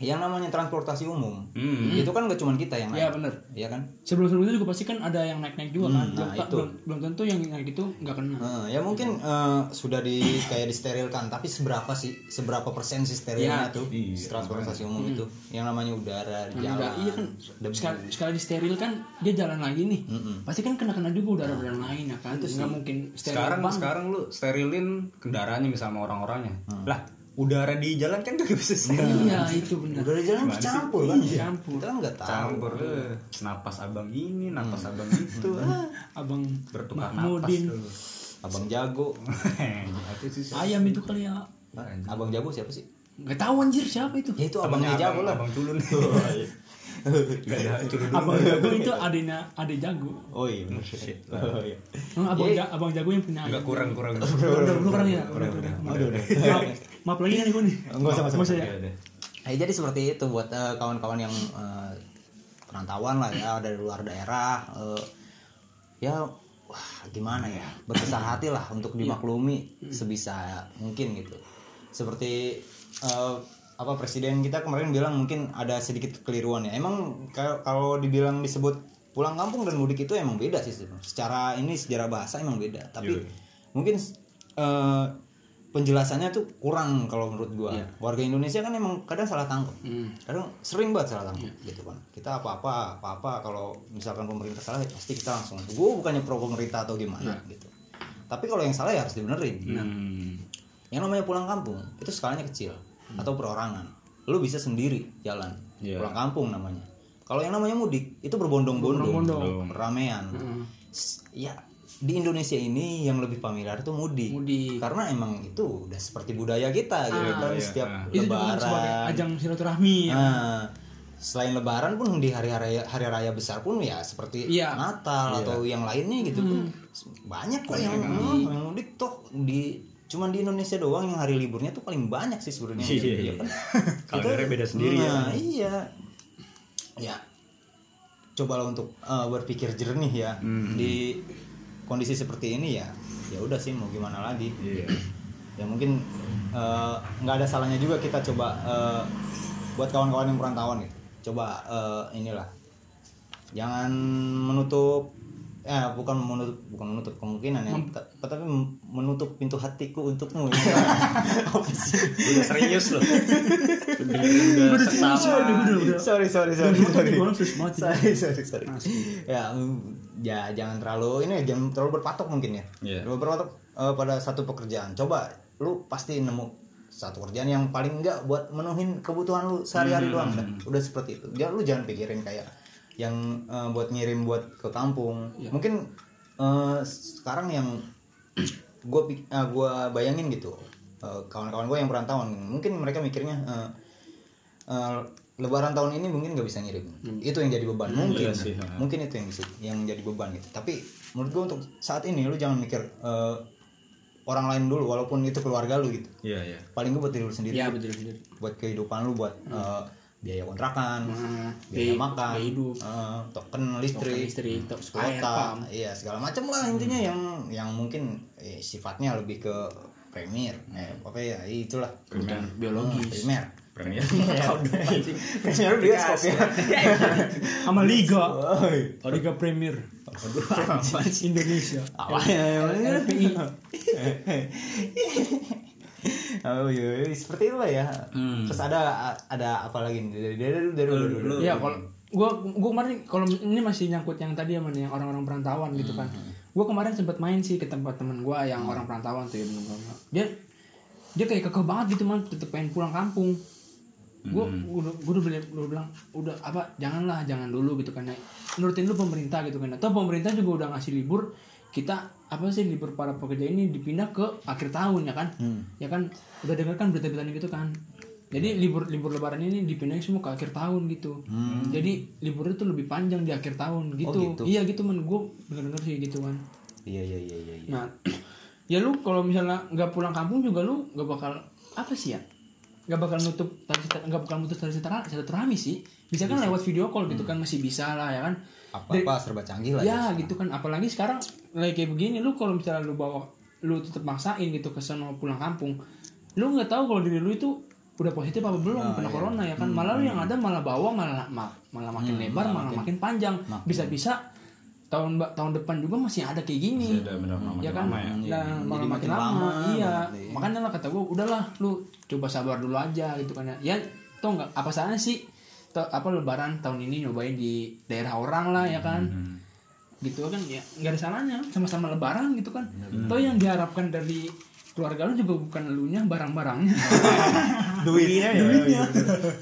[SPEAKER 2] yang namanya transportasi umum
[SPEAKER 5] Hmm.
[SPEAKER 2] itu kan gak cuma kita yang
[SPEAKER 4] Iya,
[SPEAKER 2] naik.
[SPEAKER 4] bener.
[SPEAKER 2] iya kan
[SPEAKER 4] Sebelum-sebelumnya juga pasti kan ada yang naik-naik juga
[SPEAKER 2] Hmm,
[SPEAKER 4] kan. Belum,
[SPEAKER 2] nah,
[SPEAKER 4] tak-
[SPEAKER 2] itu.
[SPEAKER 4] belum, belum tentu yang naik itu nggak kena.
[SPEAKER 2] Eh, ya mungkin eh, sudah di kayak disterilkan tapi seberapa sih seberapa persen sih sterilnya
[SPEAKER 4] Iya.
[SPEAKER 2] tuh
[SPEAKER 5] Iya,
[SPEAKER 2] transportasi umum itu yang namanya udara
[SPEAKER 4] Nah,
[SPEAKER 2] jalan
[SPEAKER 4] nggak- iya kan
[SPEAKER 2] debu.
[SPEAKER 4] sekali, sekali disteril kan dia jalan lagi nih.
[SPEAKER 2] Mm-mm.
[SPEAKER 4] Pasti kan kena-kena juga udara udara lain ya kan. Nggak mungkin steril
[SPEAKER 5] sekarang
[SPEAKER 4] banget.
[SPEAKER 5] sekarang lu sterilin kendaraannya misalnya sama orang-orangnya lah udara di jalan kan gak bisa steril
[SPEAKER 4] Iya
[SPEAKER 2] kan.
[SPEAKER 4] itu benar.
[SPEAKER 2] udara jalan campur kan ya?
[SPEAKER 4] Iya. Campur.
[SPEAKER 2] kita kan nggak tahu
[SPEAKER 5] campur eh. napas abang ini napas abang itu ah,
[SPEAKER 4] Abang
[SPEAKER 5] bertukar
[SPEAKER 4] Mahmudin.
[SPEAKER 5] napas
[SPEAKER 2] abang jago
[SPEAKER 5] itu sih
[SPEAKER 4] ayam itu kali ya.
[SPEAKER 2] Hah? abang jago siapa sih
[SPEAKER 4] Nggak tahu anjir siapa itu.
[SPEAKER 2] ya itu abangnya
[SPEAKER 5] Temennya
[SPEAKER 2] jago
[SPEAKER 5] abang-
[SPEAKER 2] lah
[SPEAKER 5] abang culun. Gak ada culun
[SPEAKER 2] iya,
[SPEAKER 5] dulu.
[SPEAKER 4] Abang Jago itu adenya ade Jago.
[SPEAKER 2] oh iya bener. Oh, iya.
[SPEAKER 4] Hmm, Abang, Ja- abang Jago yang punya
[SPEAKER 5] Enggak
[SPEAKER 4] ayam.
[SPEAKER 5] kurang kurang.
[SPEAKER 4] Udah, udah, kurang ya? Udah, udah.
[SPEAKER 2] Aduh, udah.
[SPEAKER 4] Maaf, maaf lagi kan gue nih.
[SPEAKER 2] Nggak usah, nggak usah.
[SPEAKER 4] Nggak usah ya.
[SPEAKER 5] Iya, deh.
[SPEAKER 2] Eh, jadi seperti itu buat eh, kawan-kawan yang eh, perantauan lah ya dari luar daerah eh, ya wah, gimana ya berbesar hati lah untuk dimaklumi sebisa mungkin gitu seperti eh, apa presiden kita kemarin bilang mungkin ada sedikit kekeliruan ya emang kalau- kalau dibilang disebut pulang kampung dan mudik itu emang beda sih sebenarnya. secara ini sejarah bahasa emang beda tapi
[SPEAKER 5] Yoi.
[SPEAKER 2] mungkin eh, penjelasannya tuh kurang kalau menurut gua warga Indonesia kan emang kadang salah tangkap kadang sering banget salah tangkap gitu kan kita apa-apa apa-apa kalau misalkan pemerintah salah ya pasti kita langsung gua bukannya pro pemerintah atau gimana gitu tapi kalau yang salah ya harus dibenerin
[SPEAKER 5] Hmm.
[SPEAKER 2] yang namanya pulang kampung itu skalanya kecil atau perorangan lu bisa sendiri jalan
[SPEAKER 5] Iya.
[SPEAKER 2] pulang kampung namanya kalau yang namanya mudik itu berbondong-bondong
[SPEAKER 5] Berbondong-bondong. Hmm.
[SPEAKER 2] ramean S- ya di Indonesia ini yang lebih familiar itu mudik.
[SPEAKER 4] Mudik.
[SPEAKER 2] karena emang itu udah seperti budaya kita gitu kan
[SPEAKER 5] budaya.
[SPEAKER 2] setiap
[SPEAKER 5] Ah.
[SPEAKER 4] Itu juga kan sebagai
[SPEAKER 2] lebaran
[SPEAKER 4] ajang silaturahmi ya.
[SPEAKER 2] Nah, selain lebaran pun di hari raya hari raya besar pun ya seperti
[SPEAKER 4] Iya.
[SPEAKER 2] Natal atau yang lainnya gitu kan banyak kok yang, hmm, yang mudik toh di cuman di Indonesia doang yang hari liburnya tuh paling banyak sih sebenarnya
[SPEAKER 5] Iya, iya, iya.
[SPEAKER 2] kan?
[SPEAKER 5] Kalendernya
[SPEAKER 2] Kita-
[SPEAKER 5] beda sendiri ya.
[SPEAKER 2] nah, iya ya cobalah untuk eh, berpikir jernih ya di kondisi seperti ini ya ya udah sih mau gimana lagi
[SPEAKER 5] Iya.
[SPEAKER 2] ya mungkin eh, nggak ada salahnya juga kita coba eh, buat kawan-kawan yang perantauan gitu coba eh, inilah jangan menutup eh bukan menutup bukan menutup kemungkinan ya ta- tapi mem- menutup pintu hatiku untukmu ya. Apa sih?
[SPEAKER 5] Udah serius loh. Udah
[SPEAKER 2] sorry sorry sorry
[SPEAKER 5] serius
[SPEAKER 4] Udah,
[SPEAKER 2] sorry
[SPEAKER 4] udah, udah, udah.
[SPEAKER 2] sorry sorry sorry ya mm, ya jangan terlalu ini ya, jangan terlalu berpatok mungkin ya
[SPEAKER 5] Iya.
[SPEAKER 2] terlalu berpatok eh, pada satu pekerjaan coba lu pasti nemu satu kerjaan yang paling enggak buat menuhin kebutuhan lu sehari-hari doang dah. udah seperti itu ya lu jangan pikirin kayak yang eh, buat ngirim buat ke kampung mungkin eh, sekarang yang gue gua bayangin gitu eh, kawan-kawan gue yang perantauan mungkin mereka mikirnya eh, eh, lebaran tahun ini mungkin gak bisa ngirim itu yang jadi beban mungkin
[SPEAKER 5] Hmm. iya sih, ha.
[SPEAKER 2] mungkin itu yang bisa- yang jadi beban gitu tapi menurut gue untuk saat ini lu jangan mikir eh, orang lain dulu walaupun itu keluarga lu gitu
[SPEAKER 5] Iya iya.
[SPEAKER 2] paling gue buat diri lu sendiri
[SPEAKER 4] Iya betul betul.
[SPEAKER 2] buat kehidupan lu buat eh, biaya kontrakan
[SPEAKER 4] Hmm,
[SPEAKER 2] biaya
[SPEAKER 4] biaya-
[SPEAKER 2] makan
[SPEAKER 4] biaya hidup.
[SPEAKER 2] eh, token listrik
[SPEAKER 4] listrik, tok-
[SPEAKER 2] kuota,
[SPEAKER 4] air, pam.
[SPEAKER 2] iya segala macam lah intinya
[SPEAKER 4] Hmm.
[SPEAKER 2] yang yang mungkin eh, sifatnya lebih ke premier eh, apa ya itulah Hmm,
[SPEAKER 5] Premier.
[SPEAKER 4] Hmm,
[SPEAKER 2] biologi primer
[SPEAKER 5] Premier.
[SPEAKER 2] premier bioskop ya
[SPEAKER 4] Sama Liga, Oh,
[SPEAKER 2] Woi.
[SPEAKER 4] Liga Premier
[SPEAKER 2] Aduh, apaan sih?
[SPEAKER 4] Indonesia.
[SPEAKER 2] Apa ya, emangnya?
[SPEAKER 4] LPI.
[SPEAKER 2] Oh iya, iya, seperti itu lah ya.
[SPEAKER 5] Hmm.
[SPEAKER 2] Terus ada ada apa lagi nih? Dari dari dari dari
[SPEAKER 5] Lu-
[SPEAKER 2] dari-
[SPEAKER 4] Iya kalau gua gua kemarin kalau ini masih nyangkut yang tadi sama yang orang-orang perantauan gitu kan.
[SPEAKER 2] Hmm.
[SPEAKER 4] Gua kemarin sempat main sih ke tempat temen gua yang orang perantauan tuh ya belum belum- Dia dia kayak kekeh banget gitu man tetep pengen pulang kampung. Gua udah gua udah bilang, udah bilang udah apa janganlah jangan dulu gitu kan. Ya, Nurutin lu pemerintah gitu kan. Atau pemerintah juga udah ngasih libur kita apa sih libur para pekerja ini dipindah ke akhir tahun ya kan? Ya kan udah dengar kan berita-berita gitu kan. Jadi libur libur lebaran ini dipindahin semua ke akhir tahun gitu. Jadi liburnya tuh lebih panjang di akhir tahun gitu.
[SPEAKER 2] gitu.
[SPEAKER 4] Iya gitu men gue denger-denger sih gitu kan.
[SPEAKER 2] Iya iya iya iya. iya.
[SPEAKER 4] Nah, ya lu kalau misalnya nggak pulang kampung juga lu nggak bakal apa sih ya? Nggak bakal nutup tali silatur- nggak bakal nutup tali silatura- silaturahmi sih. Bisa kan lewat video call gitu kan masih bisa lah ya kan.
[SPEAKER 2] Apa-apa serba canggih lah
[SPEAKER 4] Ya gitu kan. Apalagi sekarang lagi kayak begini lu kalau misalnya lu bawa lu tetap maksain gitu ke sana pulang kampung, lu nggak tahu kalau diri lu itu udah positif apa belum kena corona ya kan malah lu yang ada malah bawang malah ma- malah makin lebar Hmm, malah makin, panjang bisa-bisa tahun ba- tahun depan juga masih ada kayak gini
[SPEAKER 5] Udah benar lama
[SPEAKER 4] ya kan nah malah makin, lama, iya makanya lah kata gue udahlah lu coba sabar dulu aja gitu kan ya tau nggak apa salahnya sih Tau- apa lebaran tahun ini nyobain di daerah orang lah ya kan gitu kan ya nggak ada salahnya sama-sama lebaran gitu kan
[SPEAKER 5] Iya,
[SPEAKER 4] toh yang diharapkan dari keluarga lu juga bukan elunya barang-barangnya
[SPEAKER 2] duitnya ya.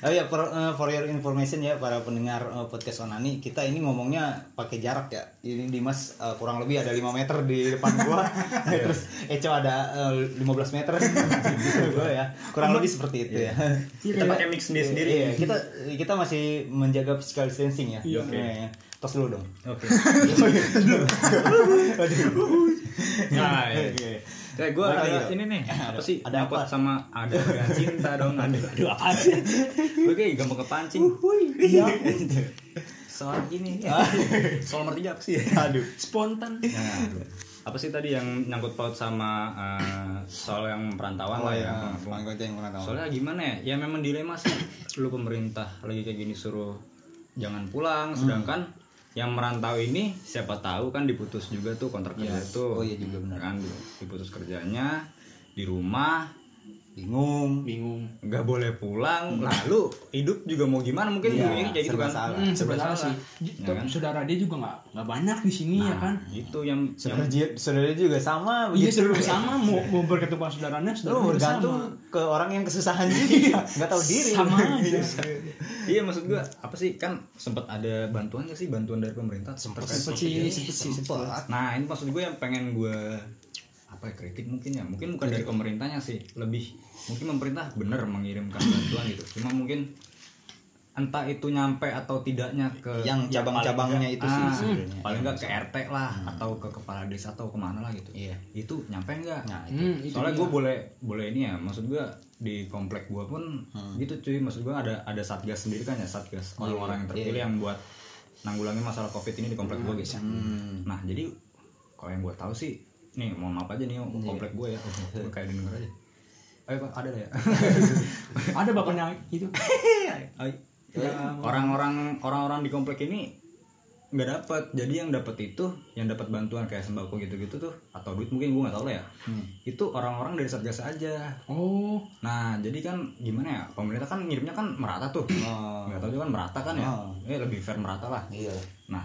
[SPEAKER 2] Oh ya, for, eh, for your information ya para pendengar eh, podcast Onani, kita ini ngomongnya pakai jarak ya. Ini Dimas eh, kurang lebih ada 5 meter di depan gua. Terus Eco ada eh, 15 meter Gitu gua ya. Kurang lebih seperti itu ya.
[SPEAKER 4] Iya.
[SPEAKER 5] Kita pakai mix sendiri-sendiri.
[SPEAKER 2] Iya, kita kita masih menjaga physical distancing ya. Iya. Tos dulu dong.
[SPEAKER 5] Oke. Nah, ya. Kayak gue
[SPEAKER 2] Balik
[SPEAKER 5] ada
[SPEAKER 2] lagi,
[SPEAKER 5] ini nih.
[SPEAKER 2] Ada-
[SPEAKER 5] Apa sih?
[SPEAKER 2] ada
[SPEAKER 5] Ada
[SPEAKER 2] apa?
[SPEAKER 5] apa sama ada dengan cinta dong? Ada aduh apa sih? Gue kayak gampang kepancing. Iya. Soal ini. ya. Soal mertinya apa sih?
[SPEAKER 2] Aduh.
[SPEAKER 4] spontan
[SPEAKER 5] Nah, apa sih tadi yang nyangkut paut sama eh, soal yang perantauan
[SPEAKER 2] Oh
[SPEAKER 5] lah
[SPEAKER 2] ya,
[SPEAKER 5] ya?
[SPEAKER 2] Bang Gonceng yang kurang tahu.
[SPEAKER 5] Soalnya gimana ya? Ya memang dilema sih. Lu pemerintah lagi kayak gini suruh jangan
[SPEAKER 2] Hmm.
[SPEAKER 5] pulang, sedangkan yang merantau ini siapa tahu kan diputus juga tuh kontrak kerja tuh.
[SPEAKER 2] Oh iya juga benar.
[SPEAKER 5] Kan diputus kerjanya di rumah
[SPEAKER 2] Bingung.
[SPEAKER 4] bingung
[SPEAKER 5] nggak boleh pulang lalu hidup juga mau gimana mungkin
[SPEAKER 2] Hmm. Iya,
[SPEAKER 5] ini kayak gitu
[SPEAKER 2] serba
[SPEAKER 5] kan
[SPEAKER 2] salah.
[SPEAKER 4] hmm, sebenarnya sih
[SPEAKER 5] Ya kan? Nah.
[SPEAKER 4] saudara dia juga nggak nggak banyak di sini ya kan
[SPEAKER 5] Iya itu yang yang
[SPEAKER 2] Saudara dia- saudara juga sama
[SPEAKER 4] Iya Oh,
[SPEAKER 2] begitu.
[SPEAKER 4] seru sama mau mau berketumpah saudaranya
[SPEAKER 2] Lu
[SPEAKER 4] saudaranya
[SPEAKER 2] bergantung ke orang yang kesusahan juga, nggak tahu diri.
[SPEAKER 4] Iya.
[SPEAKER 2] Iya,
[SPEAKER 4] sama aja
[SPEAKER 5] iya maksud gua apa sih kan sempat ada bantuan nggak sih bantuan dari pemerintah sempat
[SPEAKER 4] sempet sih sempet sih sempet
[SPEAKER 5] Nah ini maksud gue yang pengen gue apa ya, kritik mungkin ya mungkin bukan dari pemerintahnya sih lebih mungkin pemerintah bener mengirimkan bantuan gitu cuma mungkin entah itu nyampe atau tidaknya ke
[SPEAKER 2] Yang
[SPEAKER 5] ya, paling
[SPEAKER 2] cabang-cabangnya
[SPEAKER 5] nggak-
[SPEAKER 2] itu sih
[SPEAKER 5] ah,
[SPEAKER 2] sebenarnya.
[SPEAKER 5] paling nggak ke RT lah atau ke kepala desa atau kemana lah gitu
[SPEAKER 2] Iya.
[SPEAKER 5] itu nyampe nggak
[SPEAKER 2] Nah, itu.
[SPEAKER 4] Hmm, itu
[SPEAKER 5] soalnya
[SPEAKER 4] dia.
[SPEAKER 5] gue boleh boleh ini ya maksud gue di komplek gue pun
[SPEAKER 2] Hmm.
[SPEAKER 5] gitu cuy maksud gue ada ada satgas sendiri kan ya satgas
[SPEAKER 2] Iya,
[SPEAKER 5] orang-orang yang terpilih yang buat nanggulangi masalah covid ini di komplek gue
[SPEAKER 2] Hmm.
[SPEAKER 5] guys ya nah jadi kalau yang gue tahu sih nih mau maaf aja
[SPEAKER 2] Iya.
[SPEAKER 5] nih komplek gue ya Gua kayak denger aja ayo pak ada lah ya
[SPEAKER 4] ada bapaknya gitu
[SPEAKER 2] Iya,
[SPEAKER 5] Ayo. ya, orang-orang orang-orang di komplek ini nggak dapat jadi yang dapat itu yang dapat bantuan kayak sembako gitu-gitu tuh atau duit mungkin gue nggak tahu lah ya
[SPEAKER 2] Hmm.
[SPEAKER 5] itu orang-orang dari satgas aja
[SPEAKER 4] oh
[SPEAKER 5] Nah, jadi kan gimana ya? Pemerintah kan ngirimnya kan merata tuh.
[SPEAKER 2] Oh.
[SPEAKER 5] Nggak tahu juga kan merata kan ya.
[SPEAKER 2] Oh.
[SPEAKER 5] Eh, lebih fair merata lah.
[SPEAKER 2] Iya.
[SPEAKER 5] Nah,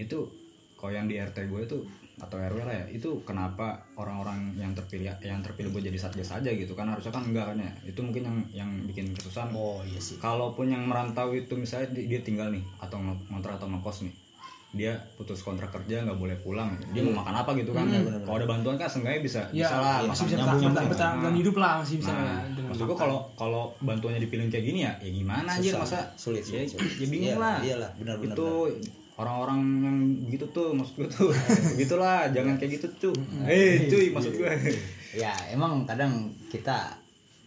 [SPEAKER 5] itu kalau yang di RT gue itu atau RW lah ya, itu kenapa orang-orang yang terpilih yang terpilih buat jadi satgas aja gitu kan harusnya kan enggak kan ya. Itu mungkin yang yang bikin kesusahan.
[SPEAKER 2] Oh iya sih.
[SPEAKER 5] Kalaupun yang merantau itu misalnya di- dia tinggal nih atau ng- ngontrak atau ngekos nih dia putus kontrak kerja nggak boleh pulang dia
[SPEAKER 2] Hmm.
[SPEAKER 5] mau makan apa gitu kan kalau ada bantuan kan seenggaknya bisa
[SPEAKER 4] ya
[SPEAKER 5] bisa lah
[SPEAKER 4] masih
[SPEAKER 5] makan
[SPEAKER 4] bisa
[SPEAKER 5] nyambung
[SPEAKER 4] bertahan
[SPEAKER 5] gitu.
[SPEAKER 4] bertahan hidup lah masih bisa
[SPEAKER 5] Nah,
[SPEAKER 4] ya, dengan
[SPEAKER 5] maksud gua kalau kalau bantuannya dipilih kayak gini ya, ya gimana aja masa
[SPEAKER 2] Sulit,
[SPEAKER 5] ya,
[SPEAKER 2] sulit, sulit.
[SPEAKER 5] ya
[SPEAKER 2] Iya,
[SPEAKER 5] bingung lah.
[SPEAKER 2] iyalah, benar, benar,
[SPEAKER 5] Itu orang-orang yang begitu tuh maksud gua tuh. Begitulah, jangan kayak gitu, cuy.
[SPEAKER 4] Hmm.
[SPEAKER 5] Eh, cuy, maksud gua.
[SPEAKER 4] Iya.
[SPEAKER 2] Ya emang kadang kita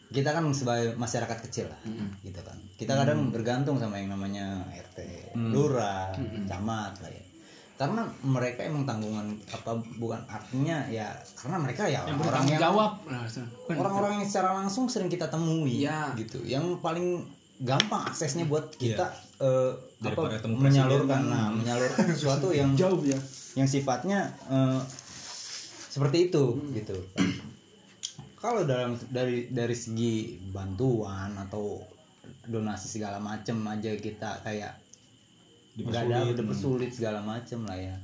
[SPEAKER 2] kita kan sebagai masyarakat kecil lah, gitu kan. Kita kadang bergantung sama yang namanya RT, lurah, camat lah ya. Karena mereka emang tanggungan apa bukan artinya ya karena mereka ya
[SPEAKER 4] yang
[SPEAKER 2] orang
[SPEAKER 4] bertanggung
[SPEAKER 2] yang
[SPEAKER 4] jawab nah, maksudnya. Bukan-
[SPEAKER 2] orang-orang yang secara langsung sering kita temui
[SPEAKER 4] Iya.
[SPEAKER 2] gitu yang paling gampang aksesnya buat kita
[SPEAKER 4] Iya.
[SPEAKER 2] eh,
[SPEAKER 5] Daripada
[SPEAKER 2] apa
[SPEAKER 5] temu presiden.
[SPEAKER 2] menyalurkan nah, menyalurkan sesuatu yang
[SPEAKER 4] kan. jauh ya
[SPEAKER 2] yang sifatnya eh, seperti itu
[SPEAKER 4] Hmm.
[SPEAKER 2] gitu kalau dalam dari dari segi bantuan atau donasi segala macem aja kita kayak nggak ada udah persulit segala macem lah ya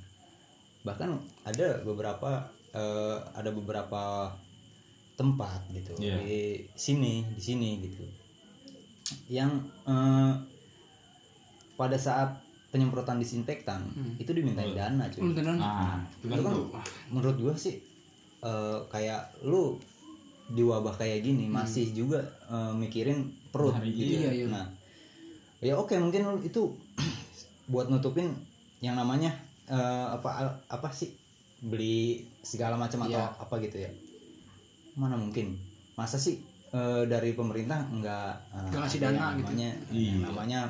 [SPEAKER 2] bahkan ada beberapa eh, ada beberapa tempat gitu
[SPEAKER 5] Iya.
[SPEAKER 2] di sini di sini gitu yang eh, pada saat penyemprotan disinfektan itu dimintain dana cuy
[SPEAKER 4] Lu tenang.
[SPEAKER 5] Nah,
[SPEAKER 2] itu kan menurut gua sih eh, kayak lu di wabah kayak gini masih juga eh, mikirin perut gitu.
[SPEAKER 4] Iya, iya.
[SPEAKER 2] Nah, ya oke mungkin lu itu buat nutupin yang namanya eh, apa al- apa sih beli segala macam atau
[SPEAKER 4] Iya.
[SPEAKER 2] apa gitu ya. Mana mungkin? Masa sih eh, dari pemerintah nggak eh,
[SPEAKER 4] Nggak ngasih
[SPEAKER 2] ada
[SPEAKER 4] dana
[SPEAKER 2] yang
[SPEAKER 4] gitu.
[SPEAKER 2] namanya yang namanya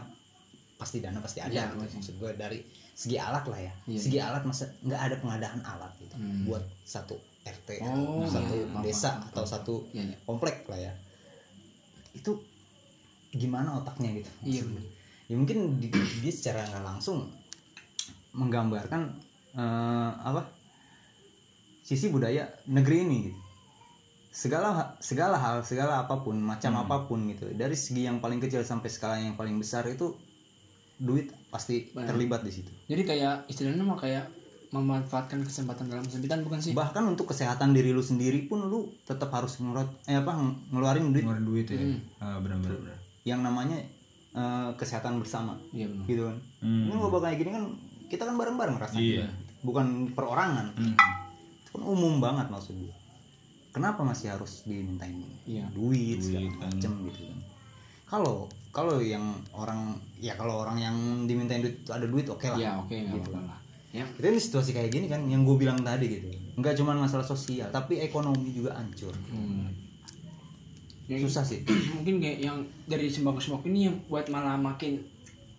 [SPEAKER 2] pasti dana pasti ada
[SPEAKER 4] Iya,
[SPEAKER 2] gitu.
[SPEAKER 4] pasti.
[SPEAKER 2] maksud gue dari segi alat lah ya
[SPEAKER 4] Iya. Hmm.
[SPEAKER 2] segi alat masa nggak ada pengadaan alat gitu buat satu RT
[SPEAKER 4] Oh,
[SPEAKER 2] atau satu
[SPEAKER 4] iya, iya, paham,
[SPEAKER 2] desa
[SPEAKER 4] paham,
[SPEAKER 2] atau
[SPEAKER 4] paham.
[SPEAKER 2] satu
[SPEAKER 4] Iya, iya.
[SPEAKER 2] komplek lah ya itu gimana otaknya gitu
[SPEAKER 4] Iya,
[SPEAKER 2] maksudnya. ya mungkin di- dia secara nggak langsung menggambarkan eh, apa sisi budaya negeri ini gitu segala segala hal segala apapun macam apapun gitu dari segi yang paling kecil sampai skala yang paling besar itu duit pasti terlibat di situ
[SPEAKER 4] Jadi kayak istilahnya mah kayak memanfaatkan kesempatan dalam kesempitan bukan sih?
[SPEAKER 2] bahkan untuk kesehatan diri lu sendiri pun lu tetap harus ngerot eh apa ngeluarin duit
[SPEAKER 5] ngeluarin duit ya Ah, benar-benar benar.
[SPEAKER 2] yang namanya eh, kesehatan bersama
[SPEAKER 4] Iya benar.
[SPEAKER 2] gitu kan ini wabah kayak gini kan kita kan bareng-bareng rasanya
[SPEAKER 5] Iya.
[SPEAKER 2] bukan perorangan itu kan umum banget maksud gue kenapa masih harus dimintain
[SPEAKER 4] Iya.
[SPEAKER 2] duit, segala macem gitu kan kalau kalau yang orang ya kalau orang yang dimintain duit ada duit oke lah Gitu.
[SPEAKER 4] Ya oke nggak apa-apa lah. Ya.
[SPEAKER 2] kita ini situasi kayak gini kan yang gue bilang tadi gitu nggak cuma masalah sosial tapi ekonomi juga hancur
[SPEAKER 4] Ya,
[SPEAKER 2] susah sih
[SPEAKER 4] mungkin kayak yang dari sembako sembako ini yang buat malah makin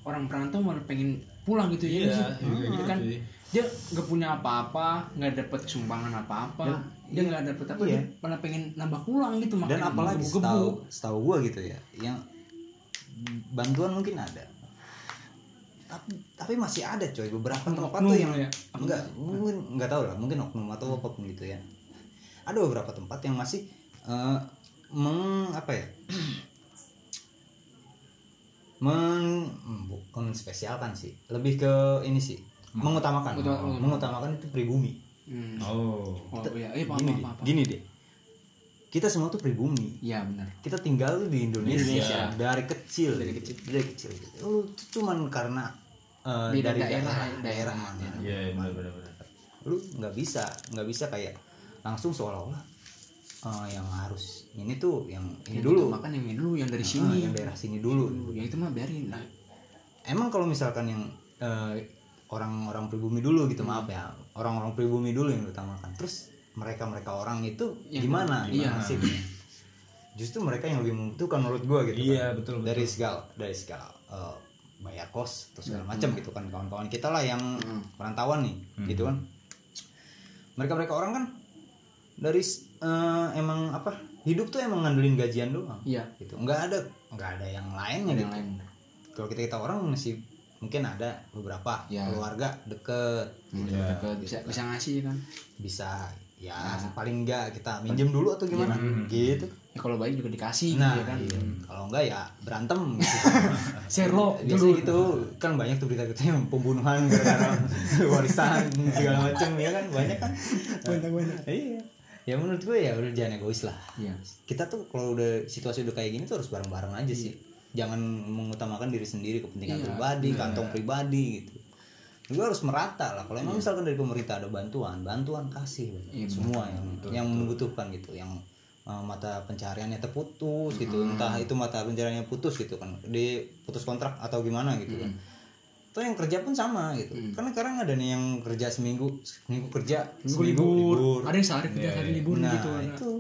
[SPEAKER 4] orang perantau malah pengen pulang gitu
[SPEAKER 2] Iya,
[SPEAKER 4] ya nggak sih? Gitu kan dia nggak punya apa-apa nggak dapet sumbangan apa-apa dia nggak dapet apa
[SPEAKER 2] iya.
[SPEAKER 4] dia malah pengen nambah pulang gitu
[SPEAKER 2] dan
[SPEAKER 4] makanya
[SPEAKER 2] apalagi
[SPEAKER 4] menggebu-gebu.
[SPEAKER 2] setahu setahu gue gitu ya yang bantuan mungkin ada tapi tapi masih ada coy beberapa tempat
[SPEAKER 4] oknum
[SPEAKER 2] tuh yang
[SPEAKER 4] ya?
[SPEAKER 2] enggak mungkin nggak tahu lah mungkin oknum atau apapun gitu ya ada beberapa tempat yang masih eh, meng apa ya men hmm, bukan spesialkan sih lebih ke ini sih mengutamakan
[SPEAKER 4] Utama-
[SPEAKER 2] mengutamakan itu pribumi
[SPEAKER 4] Hmm.
[SPEAKER 5] Oh.
[SPEAKER 4] oh iya eh paham
[SPEAKER 2] gini deh
[SPEAKER 4] paham paham
[SPEAKER 2] gini deh kita semua tuh pribumi
[SPEAKER 4] iya benar
[SPEAKER 2] kita tinggal tuh di Indonesia,
[SPEAKER 4] Indonesia.
[SPEAKER 2] dari kecil
[SPEAKER 4] Dari kecil.
[SPEAKER 2] dari kecil lu tuh cuman karena eh,
[SPEAKER 4] Di
[SPEAKER 2] dari
[SPEAKER 4] daerah-
[SPEAKER 2] daerah
[SPEAKER 4] daerah.
[SPEAKER 2] daerah mana
[SPEAKER 5] Iya, benar benar benar.
[SPEAKER 2] lu nggak bisa nggak bisa kayak langsung seolah-olah eh, yang harus ini tuh yang ini
[SPEAKER 4] Yang
[SPEAKER 2] dulu
[SPEAKER 4] makan yang ini dulu yang dari
[SPEAKER 2] Ah,
[SPEAKER 4] sini
[SPEAKER 2] yang daerah sini dulu
[SPEAKER 4] ya itu mah biarin lah
[SPEAKER 2] emang kalau misalkan yang eh, orang-orang pribumi dulu gitu maaf ya orang-orang pribumi dulu yang diutamakan terus mereka mereka orang itu
[SPEAKER 4] Yang-
[SPEAKER 2] gimana
[SPEAKER 4] iya.
[SPEAKER 2] gimana nasibnya? justru mereka yang lebih membutuhkan menurut gua gitu
[SPEAKER 5] Iya,
[SPEAKER 2] kan.
[SPEAKER 5] betul, betul.
[SPEAKER 2] dari segala dari segala eh, bayar kos terus segala
[SPEAKER 5] Hmm.
[SPEAKER 2] macam gitu kan kawan-kawan kita lah yang perantauan nih gitu kan mereka mereka orang kan dari eh, emang apa hidup tuh emang ngandelin gajian doang
[SPEAKER 4] iya
[SPEAKER 2] gitu nggak ada nggak ada yang lainnya gitu
[SPEAKER 4] yang lain
[SPEAKER 2] kalau kita kita orang masih mungkin ada beberapa
[SPEAKER 4] Ya.
[SPEAKER 2] keluarga deket
[SPEAKER 4] Iya. bisa bisa ngasih kan Iya.
[SPEAKER 2] bisa ya paling enggak kita minjem dulu atau gimana gitu
[SPEAKER 4] ya kalau baik juga dikasih
[SPEAKER 2] nah
[SPEAKER 4] ya kan
[SPEAKER 2] iya. kalau enggak ya berantem gitu
[SPEAKER 4] Sherlock
[SPEAKER 2] biasanya
[SPEAKER 4] dulu
[SPEAKER 2] gitu kan banyak tuh berita berita yang pembunuhan gara-gara warisan segala macam ya kan banyak kan
[SPEAKER 4] banyak banyak
[SPEAKER 2] iya ya menurut gue ya udah jangan egois lah
[SPEAKER 4] iya
[SPEAKER 2] kita tuh kalau udah situasi udah kayak gini tuh harus bareng-bareng aja sih jangan mengutamakan diri sendiri kepentingan
[SPEAKER 4] Iya,
[SPEAKER 2] pribadi kantong pribadi gitu lu harus merata lah kalau
[SPEAKER 4] Iya.
[SPEAKER 2] emang misalkan dari pemerintah ada bantuan bantuan kasih semua yang yang membutuhkan gitu yang uh, mata pencariannya terputus
[SPEAKER 4] Hmm.
[SPEAKER 2] gitu entah itu mata pencariannya putus gitu kan diputus kontrak atau gimana gitu kan
[SPEAKER 4] Hmm.
[SPEAKER 2] atau yang kerja pun sama gitu karena sekarang ada nih yang kerja seminggu seminggu kerja
[SPEAKER 4] Minggu libur. ada yang sehari kerja sehari libur
[SPEAKER 2] nah,
[SPEAKER 4] gitu Nah. Iya. ada.
[SPEAKER 2] itu